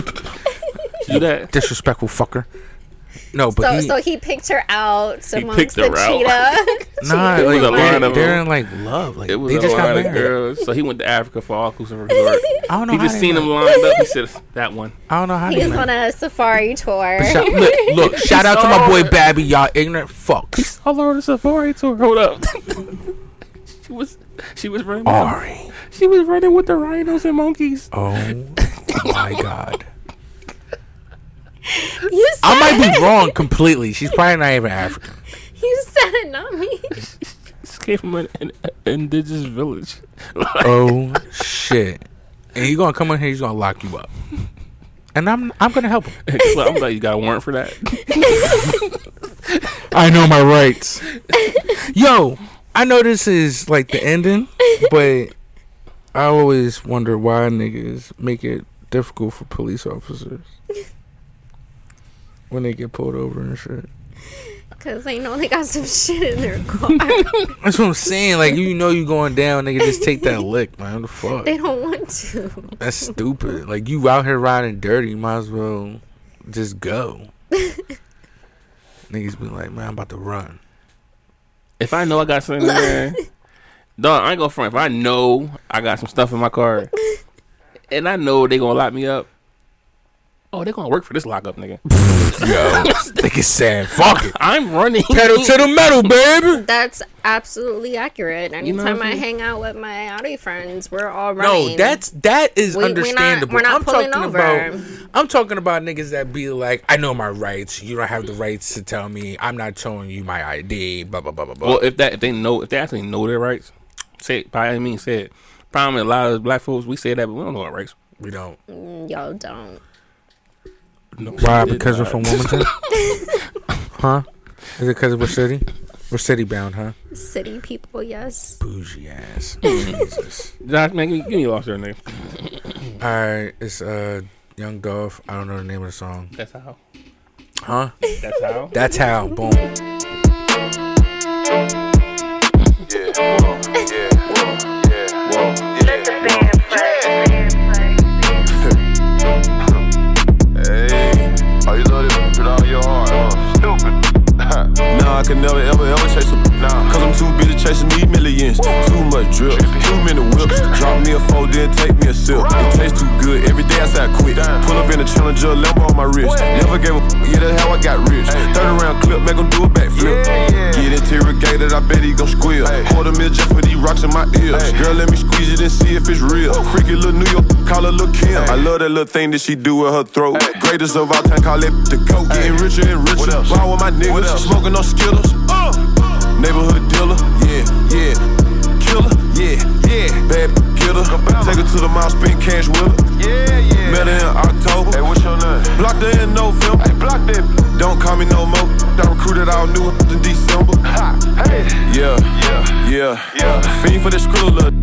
D: You that?
A: disrespectful fucker. No, but
C: so,
A: he,
C: so he picked her out amongst
D: picked
C: the
D: her out.
C: cheetah.
A: nah,
D: was
A: like,
D: a
A: they're,
D: line of
A: they're
D: them.
A: in like love. Like
D: It was
A: they
D: a
A: just got
D: lot
A: married.
D: of girls. So he went to Africa for all inclusive resort.
A: I don't know.
D: He
A: how
D: just
A: they
D: seen
A: met.
D: him lined up. He said, "That one."
A: I don't know how
C: he
A: they
C: was
A: met.
C: on a safari tour.
A: But shout- look, look, shout out to my boy Babby, y'all ignorant fucks.
D: All over the safari tour. Hold up. she was she was running.
A: Ari.
D: She was running with the rhinos and monkeys.
A: Oh my god.
C: you said
A: I might
C: it.
A: be wrong completely. She's probably not even African.
C: You said it, not me.
D: This came from an, an indigenous village.
A: Oh shit. And he's gonna come in here, he's gonna lock you up. And I'm I'm gonna help him.
D: So I'm like, you got a warrant for that?
A: I know my rights. Yo, I know this is like the ending, but I always wonder why niggas make it difficult for police officers when they get pulled over and shit.
C: Because they know they got some shit in their car.
A: That's what I'm saying. Like you know you going down, nigga. Just take that lick, man. The fuck.
C: they don't want to.
A: That's stupid. Like you out here riding dirty, you might as well just go. Niggas be like, man, I'm about to run.
D: If I know I got something in there, dog, I ain't gonna front. If I know I got some stuff in my car, and I know they gonna lock me up, oh, they gonna work for this lockup, nigga.
A: Yo, nigga said, fuck it.
D: I'm running.
A: Pedal to the metal, baby.
C: That's absolutely accurate.
D: know what
C: Anytime
D: I'm
C: I
D: saying?
C: hang out with my Audi friends, we're all running.
A: No, that's that is
C: We- we're not-
A: understandable.
C: we're not
A: I'm
C: pulling
A: talking
C: over.
A: about I'm talking about niggas that be like, I know my rights. You don't have the rights to tell me. I'm not showing you my ID. Blah blah blah blah blah.
D: Well, if that if they know if they actually know their rights, say it, by any means say it. Problem with a lot of black folks, we say that, but we don't know our rights.
A: we don't.
C: Mm, y'all don't.
D: No,
A: Why?
D: we did
A: Because we're
D: not.
A: from Wilmington? huh? Is it because of we're city? We're city bound, huh?
C: City people, yes.
A: Bougie ass. Jesus.
D: Josh, man, give me, give me lost your name.
A: All right, it's uh Young Dolph. I don't know the name of the song.
D: That's how.
A: Huh?
D: That's how.
A: That's how. Boom.
B: Oh, you love this with all your heart, huh? Stupid.
E: Oh, Nah, I can never ever ever chase a
B: Nah.
E: Cause I'm too busy chasing these millions. Too much drip, too many whips. Drop me a four, then take me a sip. It tastes too good, every day I say I quit. Pull up in a challenger, Lambo on my wrist. Never gave a f- yeah, that's how I got rich. 30 round clip, make him do a backflip.
B: Yeah, yeah.
E: Get interrogated, I bet he gon' squeal.
B: Hey.
E: Quarter mil just for these rocks in my ears.
B: Hey.
E: Girl, let me squeeze it and see if it's real. Freaky little New York, call her Lil' Kim. I love that little thing that she do with her throat.
B: Hey.
E: Greatest of all time, call it the coke. Getting richer and richer.
B: What else?
E: Ball with my
B: What
E: niggas,
B: else?
E: smoking on Skittles. Uh, neighborhood dealer, yeah, yeah. Killer, yeah, yeah. Bad killer,
B: Cabela.
E: take her to the mall, spend cash with her.
B: Yeah, yeah.
E: Met her in October,
B: Hey, what's your name?
E: blocked her in November.
B: Hey, block that.
E: Don't call me no more. I recruited all new in December.
B: Ha. Hey.
E: Yeah,
B: Yeah.
E: yeah,
B: Yeah.
E: Fiend for the scribble, look.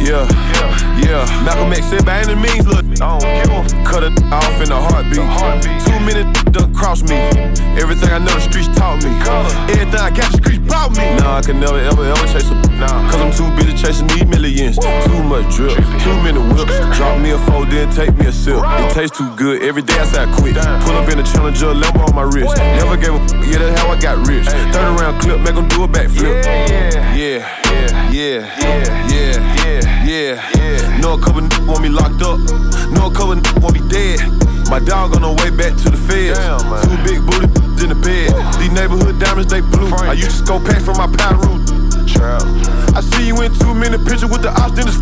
E: Yeah,
B: Yeah.
E: yeah. Malcolm X said by any means, look.
B: I don't give a
E: Cut it off in a heartbeat.
B: The heartbeat.
E: Too many done cross me. Everything I know the streets taught me.
B: Color.
E: Everything I got the streets bought me. Nah, I can never ever ever chase a.
B: Nah.
E: Cause I'm too busy chasing these millions. Too much drip, too many whips. Drop me a four, then take me a sip. It tastes too good. Every day I say I quit. Pull up in a challenger, Lambo on my wrist. Never gave a f- yeah, that's how I got rich. 30 round clip, make 'em do a backflip.
B: Yeah, yeah.
E: Yeah, yeah,
B: Yeah.
E: yeah.
B: Yeah.
E: Yeah,
B: Yeah.
E: Know a couple n- want me locked up. Know a couple n- want me dead. My dog on the way back to the feds.
B: Damn, man.
E: Two big booty in the bed. These neighborhood diamonds, they blue.
B: Frank.
E: I used to go pack from my powder room.
B: Trap.
I: I'm in the picture with the ops, then it's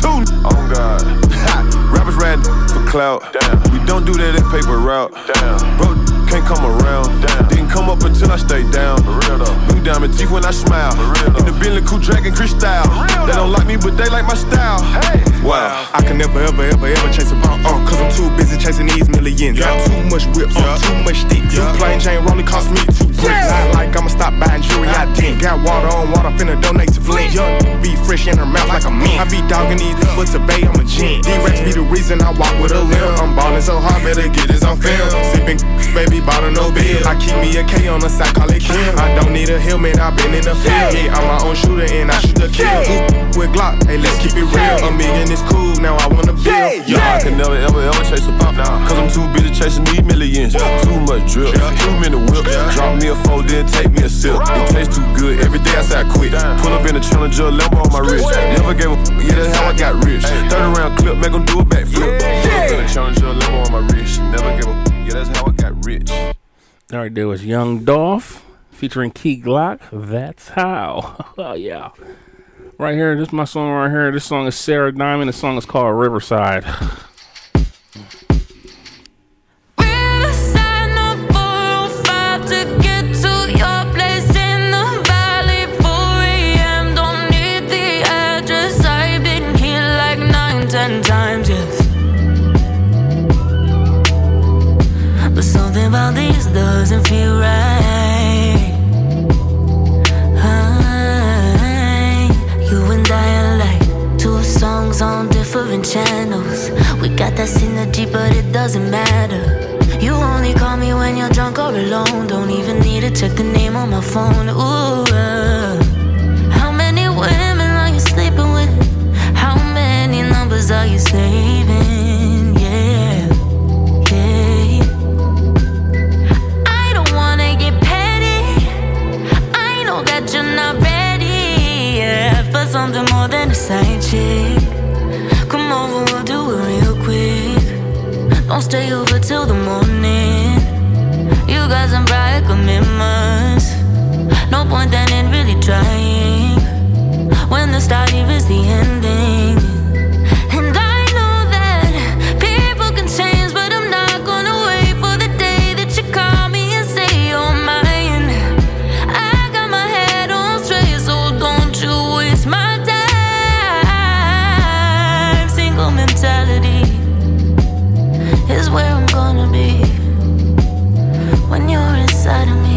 I: two.
E: Oh God.
I: Ha, Rappers riding for clout.
E: Damn.
I: We don't do that in paper route.
E: Damn.
I: Bro, can't come around.
E: Damn.
I: Didn't come up until I stayed down.
E: For real though.
I: Blue diamond teeth when I smile.
E: real
I: In
E: though.
I: the Bentley cool dragon crystal.
E: real
I: They
E: though.
I: don't like me, but they like my style.
E: Hey.
I: Wow. I can never, ever, ever, ever chase a bomb. Uh, cause I'm too busy chasing these millions. I'm too much whip, I'm too much stick. Two plain Jane Rolling cost me two bricks. Not like I'ma stop buying jewelry, I think. Got water on water, finna donate to Flint. Young be fresh in her mouth like a mint. I be dogging these, but today I'm a gent. D-Rex be the reason I walk with a limp. I'm ballin' so hard, better get this on film. Sippin' baby bottle, no bill. I keep me a K on the side, call it Kim. I don't need a helmet, I've been in the field. Yeah, I'm my own shooter and I shoot a kill. Ooh, With Glock, hey, let's keep it real. A million is cool, now I wanna build.
E: Yo, I can never ever ever chase a pop now. Cause I'm too busy chasing these millions. Too much drip, too many whips. Drop me a four, then take me a sip. It tastes too good, every day I say I quit. Pull up in a challenger, Lambo on my wrist. Never gave a f- yeah, that's how I got rich. 30 round clip, make them do a backflip. Pull up in a challenger, Lambo on my wrist. Never gave a f- yeah, that's how I got rich.
D: All right, there was Young Dolph featuring Key Glock. That's how. oh yeah. Right here, this is my song right here. This song is Sarah Diamond. The song is called Riverside.
H: oh Doesn't feel right. I, you and I are like two songs on different channels. We got that synergy, but it doesn't matter. You only call me when you're drunk or alone. Don't even need to check the name on my phone. Ooh, uh. how many women are you sleeping with? How many numbers are you saving? Yeah, yeah. I don't wanna get petty. I know that you're not ready yeah, for something more than a side chick. Come over, we'll do it real quick. Don't stay over till the morning. You got some prior commitments. No point then in really trying when the start is the ending. And I know that people can change, but I'm not gonna wait for the day that you call me and say you're mine. I got my head on straight, so don't you waste my time. Single mentality is where I'm gonna be when you're inside of me.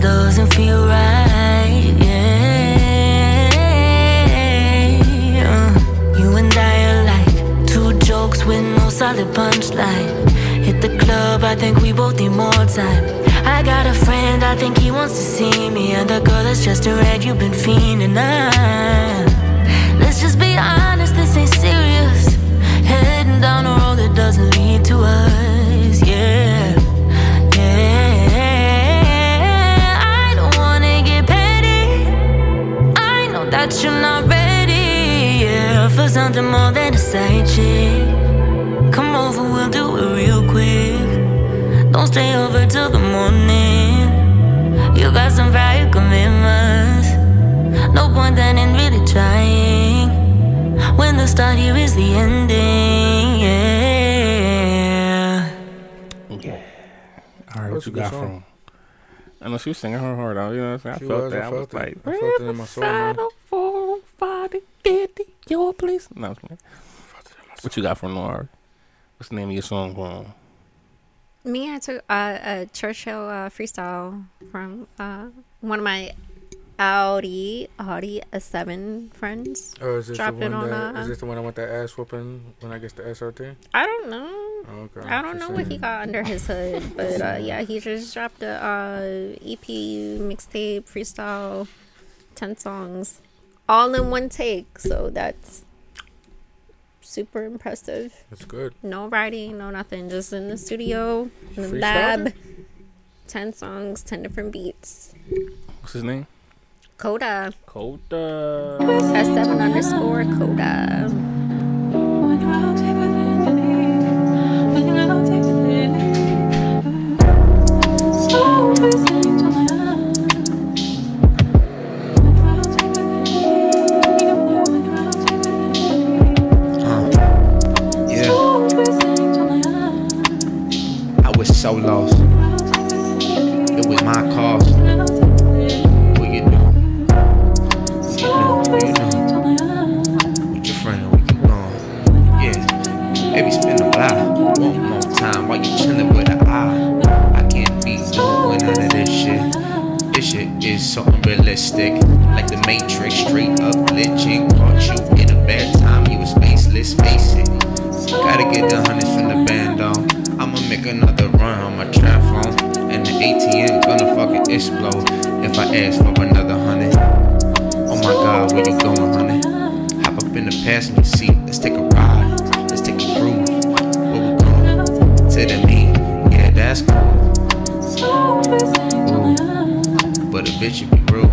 H: Doesn't feel right, yeah. You and I are like two jokes with no solid punchline. Hit the club, I think we both need more time. I got a friend, I think he wants to see me. And the girl that's just a red, you've been fiending. I, let's just be honest, this ain't serious. Heading down a road that doesn't lead to us, yeah. Yeah, I don't wanna get petty. I know that you're not ready yeah, for something more than a side chick. Come over, we'll do it real quick. Don't stay over till the morning. You got some prior commitments. No point then in really trying when the start here is the ending. Yeah.
D: All right, what
A: That's
D: you
A: a good
D: got
A: song.
D: from? I know she was singing her heart out. You know what I'm saying? I
A: She
D: felt
A: was, I
D: that. I, was
A: felt it.
D: like,
A: I felt it in my soul, man.
D: Riverside on 405 to 50, your place. No, I'm just playing. What you got from Noir? What's the name of your song from?
C: Me, I took uh, a Churchill uh, freestyle from uh, one of my Audi Audi A7 friends.
A: Oh, is this
C: Drop
A: the
C: it
A: one
C: on uh,
A: that,
C: a-
A: is this the one I want that ass whooping when I get the SRT?
C: I don't know.
A: Oh, okay.
C: I don't
A: She
C: know what he
A: said-
C: got under his hood, but uh, yeah, he just dropped a uh, EP mixtape freestyle, ten songs, all in one take. So that's super impressive.
A: That's good.
C: No writing, no nothing, just in the studio, in the
A: Freestyled
C: lab, ten songs, ten different beats.
D: What's his name?
C: Coda.
D: Coda.
C: That's seven underscore Coda.
J: Uh, I was so lost. It was my cause. What you do? What you do? What you do? With your friend, we keep going. Yeah. Maybe spend a block one more time while you chillin' with an eye. I can't be doing none of this shit. This shit is so unrealistic. Like the Matrix, straight up glitching. Caught you in a bad time, you was faceless, face it. Gotta get the hundreds from the band though. I'ma make another run on my trap phone. And the ATM gonna fucking explode if I ask for another hundred. Oh my god, where you going, honey? Hop up in the passenger seat, let's take a ride. Let's take a cruise. Where we going? To the meet, yeah, that's cool. Ooh. But a bitch, you be rude.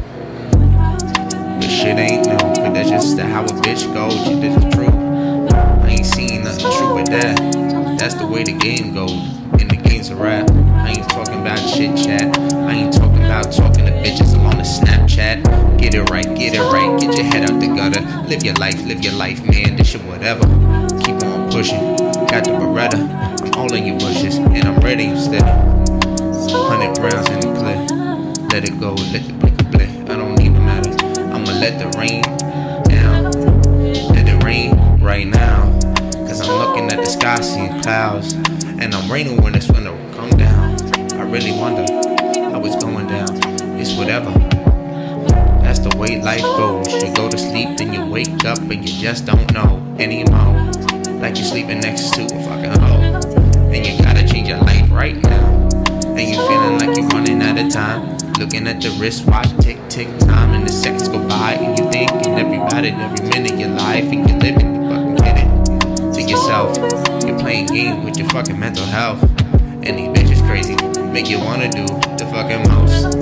J: But shit ain't new, cause that's just how a bitch goes, you did the truth. I ain't seen nothing true but that. That's the way the game goes, and the game's a rap. I ain't talking about chit chat. I ain't talking about talking to bitches along the Snapchat. Get it right, get it right, get your head out the gutter. Live your life, live your life, man. This shit, whatever. Keep on pushing. Got the Beretta. I'm all in your bushes, and I'm ready instead. Hundred rounds in the clip. Let it go, let the blick blip. I don't even matter. I'ma let the rain down. Let it rain right now. Cause I'm looking at the sky, seeing clouds. And I'm raining when it's gonna come down. I really wonder how it's going down. It's whatever. That's the way life goes. You go to sleep, then you wake up, and you just don't know anymore. Like you're sleeping next to a fucking hoe. And you gotta change your life right now. And you feeling like you're running out of time. Looking at the wristwatch, tick, tick, time, and the seconds go by. And you thinking everybody, every minute of your life, and you're living, you fucking get it. To yourself, you're playing games with your fucking mental health. And these bitches crazy, make you wanna do the fucking most.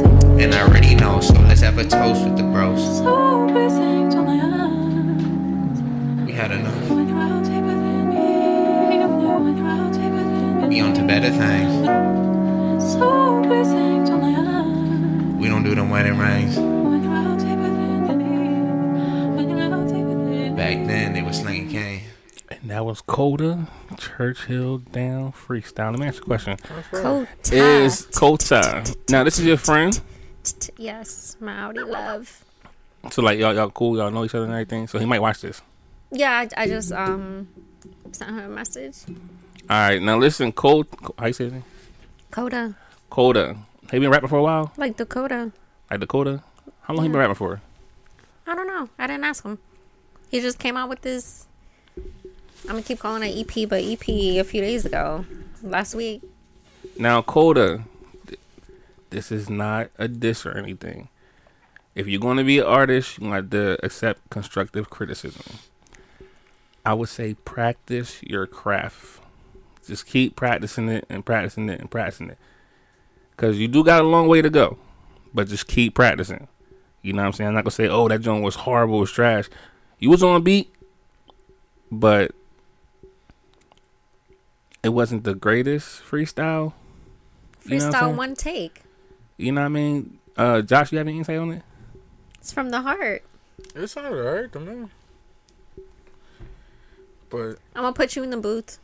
J: And I already know, so let's have a toast with the bros. We had enough. We on to better things. We don't do them wedding rings. Back then, they was slinging cane.
D: And that was Coda. Churchill down freestyle. Let me ask you a question.
C: Coda.
D: Is Kota. Now this is your friend.
C: Yes, my Audi love.
D: So like y'all y'all cool, y'all know each other and everything. So he might watch this.
C: Yeah, I, I just um sent her a message.
D: Alright, now listen, Cold how you say his name?
C: Coda,
D: Coda. He been rapping for a while?
C: like Dakota.
D: Like Dakota? How long he been rapping for?
C: I don't know. I didn't ask him. He just came out with this. I'm gonna keep calling it EP, but EP a few days ago, last week.
D: Now, Coda, th- this is not a diss or anything. If you're going to be an artist, you have to accept constructive criticism. I would say practice your craft. Just keep practicing it and practicing it and practicing it. Because you do got a long way to go, but just keep practicing. You know what I'm saying? I'm not going to say, oh, that joint was horrible, it was trash. You was on beat, but it wasn't the greatest freestyle.
C: Freestyle
D: You know what I'm saying?
C: one take.
D: You know what I mean? Uh, Josh, you have any insight on it?
C: It's from the heart.
A: It sounded alright to me. But
C: I'm gonna put you in the booth.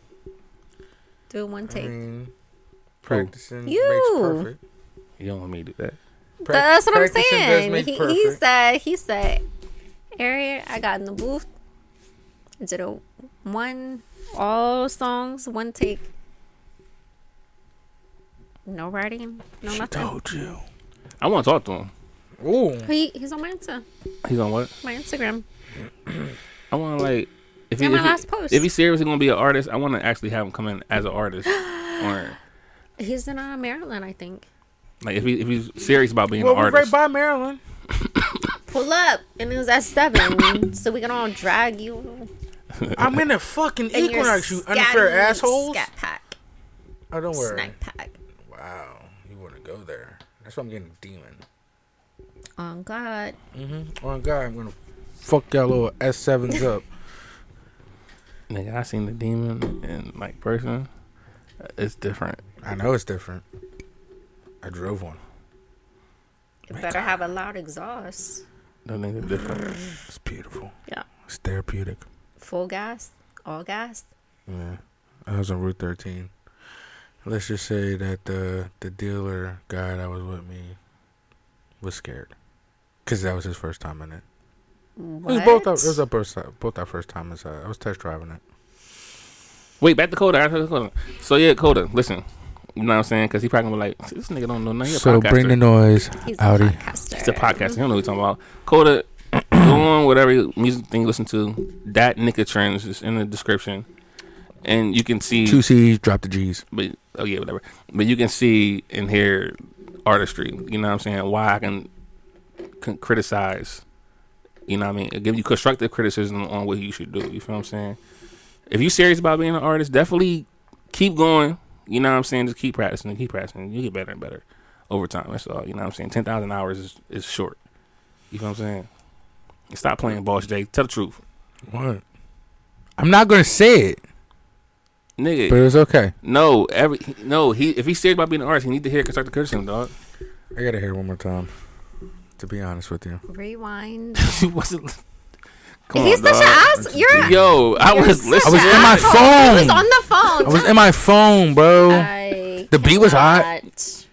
C: Do one
A: I
C: take. Oh.
A: mean, practicing
C: You.
A: makes perfect.
D: You don't want me to do that.
A: Prac-
C: That's what I'm
A: practicing does
C: saying.
A: make
C: He, he
A: perfect.
C: said, he said, Ariel, I got in the booth, did a one, all songs, one take. No writing, no nothing.
D: you. I want to talk to him.
A: Ooh,
C: He, he's on my Insta,
D: He's on what?
C: my Instagram.
D: I want to like. If
C: Yeah,
D: he,
C: my
D: if, he-
C: last post.
D: if he's seriously gonna be an artist, I want to actually have him come in as an artist, or
C: He's in uh, Maryland, I think.
D: like if he if he's serious about being
A: well,
D: an
A: we're
D: artist.
A: right by Maryland.
C: Pull up, and it was at seven, so we can all drag you.
A: I'm in a fucking
C: and your
A: Equinox, you
C: scatty
A: unfair assholes.
C: Scat pack,
A: Oh, don't worry.
C: snack pack.
A: Wow, you want to go there. That's why I'm getting a demon.
C: On Oh, God.
A: Mm-hmm. On God, I'm gonna fuck y'all little S sevens up.
D: Nigga, I seen the demon in like person. It's different.
A: I know it's different. I drove one.
C: You better have a loud exhaust.
D: The nigga different.
A: It's beautiful.
C: Yeah.
A: It's therapeutic.
C: Full gas, all gas.
A: Yeah. I was on Route 13. Let's just say that the the dealer guy that was with me was scared. Because that was his first time in it.
C: What?
A: It was both our, it was our first, ti- both our first time inside. I was test driving it.
D: Wait, back to Coda. back to Coda. So yeah, Coda. Listen, you know what I'm saying? Because he probably gonna be like, "See, this nigga don't know nothing.
A: so bring the noise,
C: He's a
A: Audi.
C: podcaster.
D: It's a podcast. He don't know what he's talking about. Coda, go on whatever music thing you listen to. That nigga trends is in the description, and you can see.
A: Two C's, drop the G's.
D: but oh yeah, whatever. But you can see and hear artistry. You know what I'm saying? Why I can, can criticize. You know what I mean? It give you constructive criticism on what you should do. You feel what I'm saying? If you're serious about being an artist, definitely keep going. You know what I'm saying? Just keep practicing, keep practicing. You get better and better over time. That's all. You know what I'm saying? Ten thousand hours is, is short. You feel what I'm saying? Stop playing boss Jay. Tell the truth.
A: What? I'm not gonna say it,
D: Nigga,
A: but it's okay.
D: no, every no, he if he's serious about being an artist, he need to hear constructive criticism, dog.
A: I gotta hear it one more time. To be honest with you,
C: Rewind.
D: He wasn't. Come
C: He's
D: on,
C: such an
D: dog.
C: ass. You're.
D: Yo, I
C: you're
D: was
C: such
D: listening.
A: was
C: an
A: in my
C: asshole.
A: phone.
C: He was on the
A: I
C: phone.
A: was in my phone, bro.
C: I
A: The beat was hot.
C: cannot.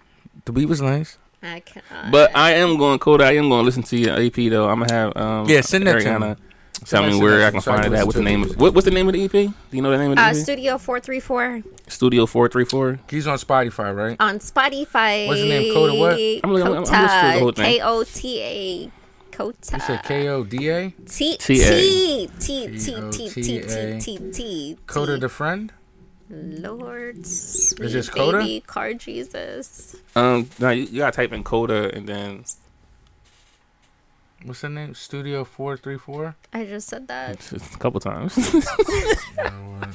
A: the beat was nice.
C: I cannot.
D: But I am going Kodak. I am going to listen to your EP though. I'm gonna have um
A: Yeah, send that to
D: Ariana
A: me.
D: Tell
A: that
D: me
A: to me
D: where I
A: so
D: can
A: I
D: find
A: can
D: it
A: listen
D: at. What's the
A: to it.
D: name? Of, what, what's the name of the EP? Do you know the name of the
C: uh,
D: EP?
C: Studio 434
D: Studio Four Three Four.
A: He's on Spotify, right?
C: on Spotify.
A: What's the name? Coda what?
D: I'm looking- I'm- I'm listening to the whole
C: Kota.
D: thing.
C: K O T A. Kota.
A: You said K O D A.
C: T
D: T
C: T T T
D: A.
C: T T T
A: T-O-T-A.
C: T T
A: Coda
C: T.
A: the friend.
C: Lord, sweet
A: this Coda?
C: baby, car Jesus.
D: Um, no, you, you gotta type in Coda and then
A: What's the name? Studio four three four.
C: I just said that.
D: just a couple times.
A: I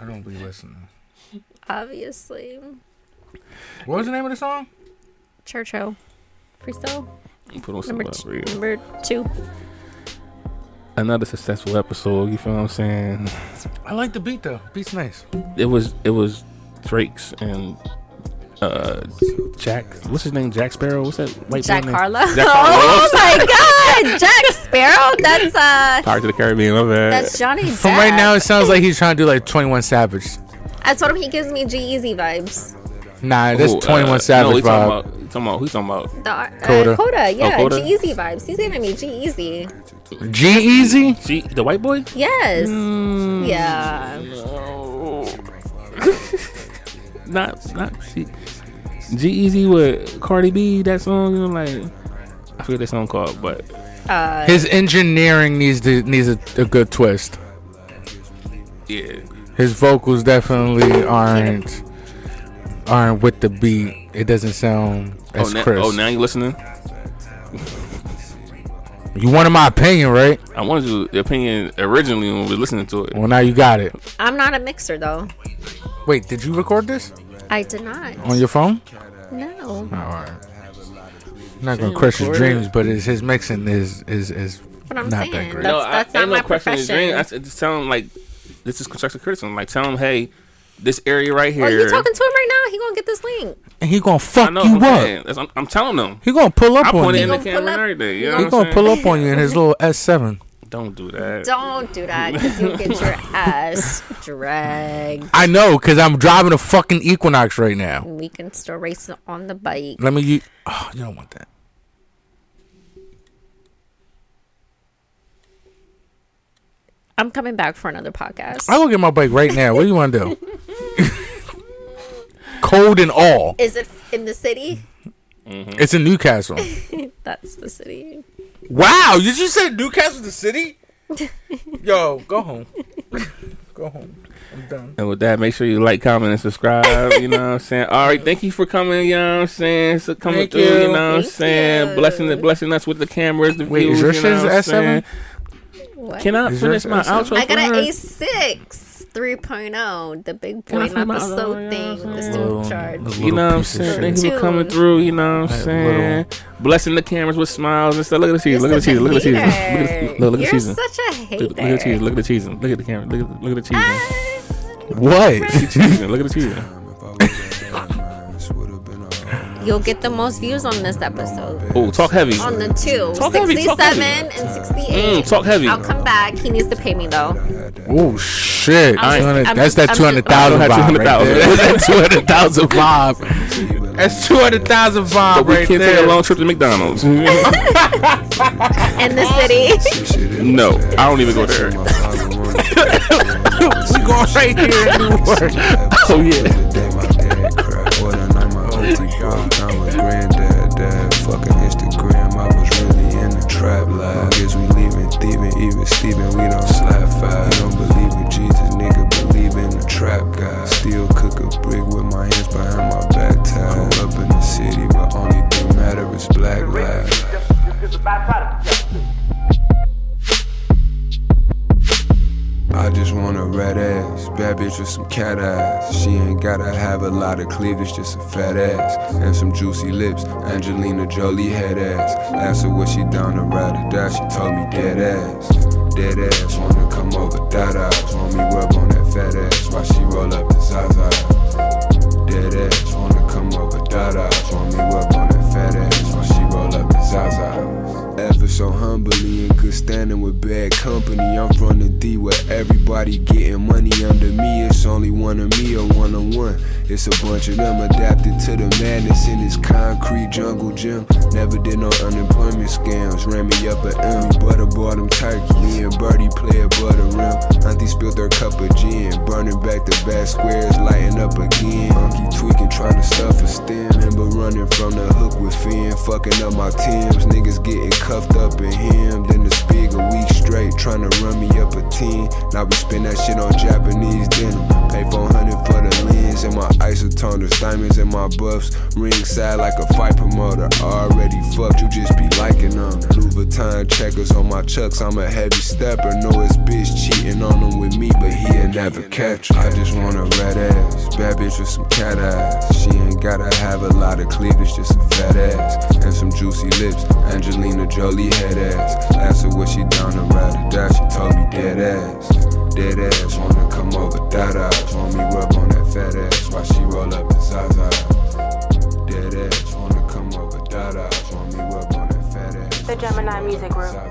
A: don't be listening.
C: Obviously,
A: What was the name of the song?
C: Churchill freestyle
D: You Put on some
C: number
D: love
C: t-
D: for you.
C: number two.
D: Another successful episode. You feel what I'm saying?
A: I like the beat though. Beat's nice.
D: It was it was Drake's and uh Jack. What's his name? Jack Sparrow. What's that white boy
C: Jack
D: name?
C: Harlow.
D: Jack
C: oh
D: Harlow.
C: my God, Jack Sparrow. That's uh,
D: Pirates of the Caribbean. My bad.
C: that's Johnny. Depp.
A: From right now, it sounds like he's trying to do like Twenty One Savage.
C: I told him he gives me G Easy vibes.
A: Nah, that's
D: Ooh,
A: Twenty One
D: uh,
A: Savage
D: he
A: vibe.
D: Talking about, he talking about, who he talking about?
C: The uh,
A: Coda.
C: Coda. yeah,
D: Oh, Coda?
C: G Easy vibes. He's giving me G Easy.
A: G Easy.
D: She, the white boy?
C: Yes.
A: Hmm.
C: Yeah.
D: Not, not she. G Easy with Cardi B, that song, you know, like, I forget that song called, but
C: Uh,
A: His engineering needs to needs a, a good twist.
D: yeah.
A: His vocals definitely aren't aren't with the beat. It doesn't sound
D: Oh
A: as
D: now,
A: crisp.
D: oh, now you listening?
A: you wanted my opinion, right?
D: I wanted your opinion originally when we were listening to it.
A: Well, now you got it.
C: I'm not a mixer though.
A: Wait, did you record this
C: I did not.
A: on your phone?
C: No.
A: All right. I'm not gonna crush his dreams, but his his mixing is is is
C: But I'm
A: not
C: saying
A: that great.
C: that- That's- that's not
D: ain't
C: my
D: question in the dream.
C: profession.
D: I said, just tell him, like, this is constructive criticism. Like, tell him, hey, this area right here.
C: Are Oh, you talking to him right now? He gonna get this link.
A: and he gonna
D: I
A: fuck
D: know,
A: you
D: I'm,
A: up.
D: saying. That's- I'm, I'm telling him.
A: He gonna pull
D: I
A: up on
D: point it in
A: you.
D: the
C: He gonna
D: camera
C: pull
D: and
C: up-
D: everything. You know
A: He
D: what I'm
A: gonna
D: saying?
A: pull up on you in his little S seven.
D: Don't do that.
C: Don't do that because you'll get your ass dragged.
A: I know, cause I'm driving a fucking Equinox right now.
C: We can still race on the bike.
A: Let me. You, oh, you don't want that.
C: I'm coming back for another podcast.
A: I will get my bike right now. What do you want to do? Cold and all.
C: Is it in the city?
A: It's in Newcastle.
C: That's the city.
A: Wow, you just said Newcastle the city? Yo, go home. go home. I'm done.
D: And with that, make sure you like, comment, and subscribe. you know what I'm saying? All right, thank you for coming, you know what I'm saying? So coming
A: Thank
D: through, you, know
A: you.
D: what I'm
C: Thank
D: saying?
C: you.
D: Blessing blessing us with the cameras, the
A: Wait, is
D: views,
A: your
D: you know
A: shit's
D: what I'm
A: S7?
D: saying?
C: What?
D: Can I
A: Is
D: finish
A: yours
D: my
A: S7?
D: outro?
C: I got
D: Uh,
C: an
D: for her?
C: A6. 3.0, oh, the big boy, not the slow thing, the student charge.
D: You know what I'm saying? Niggas were coming through, you know what I'm saying? Blessing the cameras with smiles and stuff. Look at the cheese. Look at the cheese. Look at the cheese. Look at the- look at the
C: You're
D: cheese.
C: such a hater.
D: Look at the cheese. Look at the cheese. Look at the camera. Look at look at the cheese.
A: What?
D: She cheesing. Look at the cheese.
C: You'll get the most views on this episode.
D: Oh, talk heavy.
C: On the two.
D: Talk heavy,
C: 67
D: talk heavy.
C: and 68.
D: Mm, talk heavy.
C: I'll come back. He needs to pay me though.
A: Oh shit!
C: I'm just-
A: 200
C: I'm
A: that's
C: just-
A: that
C: I'm
A: two hundred thousand
D: just-
A: vibe. Right there. That's that two hundred thousand vibe. That's two hundred thousand vibe
D: But we
A: right
D: can't
A: there.
D: take a long trip to McDonald's.
C: In the city.
D: No, I don't even go there.
A: we going right here in New York.
D: Oh yeah.
I: I just want a red ass, bad bitch with some cat eyes. She ain't gotta have a lot of cleavage, just a fat ass and some juicy lips. Angelina Jolie head ass. Asked her was she down to ride or die, she told me dead ass, dead ass. Wanna come over, that eyes, want me rub on that fat ass while she roll up the zaza. Dead ass, wanna come over, that eyes, want me rub on that fat ass while she roll up the zaza. Ever so humbly in good standing with bad company, I'm from the D where everybody getting money under me. It's only one of me or one on one. It's a bunch of them adapted to the madness in this concrete jungle gym. Never did no unemployment scams. Ran me up a M, butter bought them turkey. Me and Birdie play a butter rim. Auntie spilled her cup of gin. Burning back the back squares, lighting up again. Monkey tweaking, trying to stuff a stem. Remember running from the hook with Finn. Fucking up my Timbs. Niggas getting cuffed up and hemmed. In the spig a week straight, tryna run me up a 10. Now we spend that shit on Japanese denim. Pay 400 for the lens and my isotoners, diamonds in my buffs. Ringside like a fight promoter. Already fucked, you just be liking them. Louis Vuitton checkers on my chucks, I'm a heavy stepper. Know his bitch cheating on him with me, but he'll never catch her. I just want a red ass, bad bitch with some cat eyes. She ain't gotta have a lot of cleavage, just a fat ass and some juicy lips. Angelina Jolie head ass. Asked her was she down to ride or die, she told me dead ass. Dead ass, wanna come over, that eyes. Want me rub on that fat ass while she roll up the Zaza. Dead ass, wanna come over, that eyes. Want me rub on that fat ass.
H: The Gemini Music Group.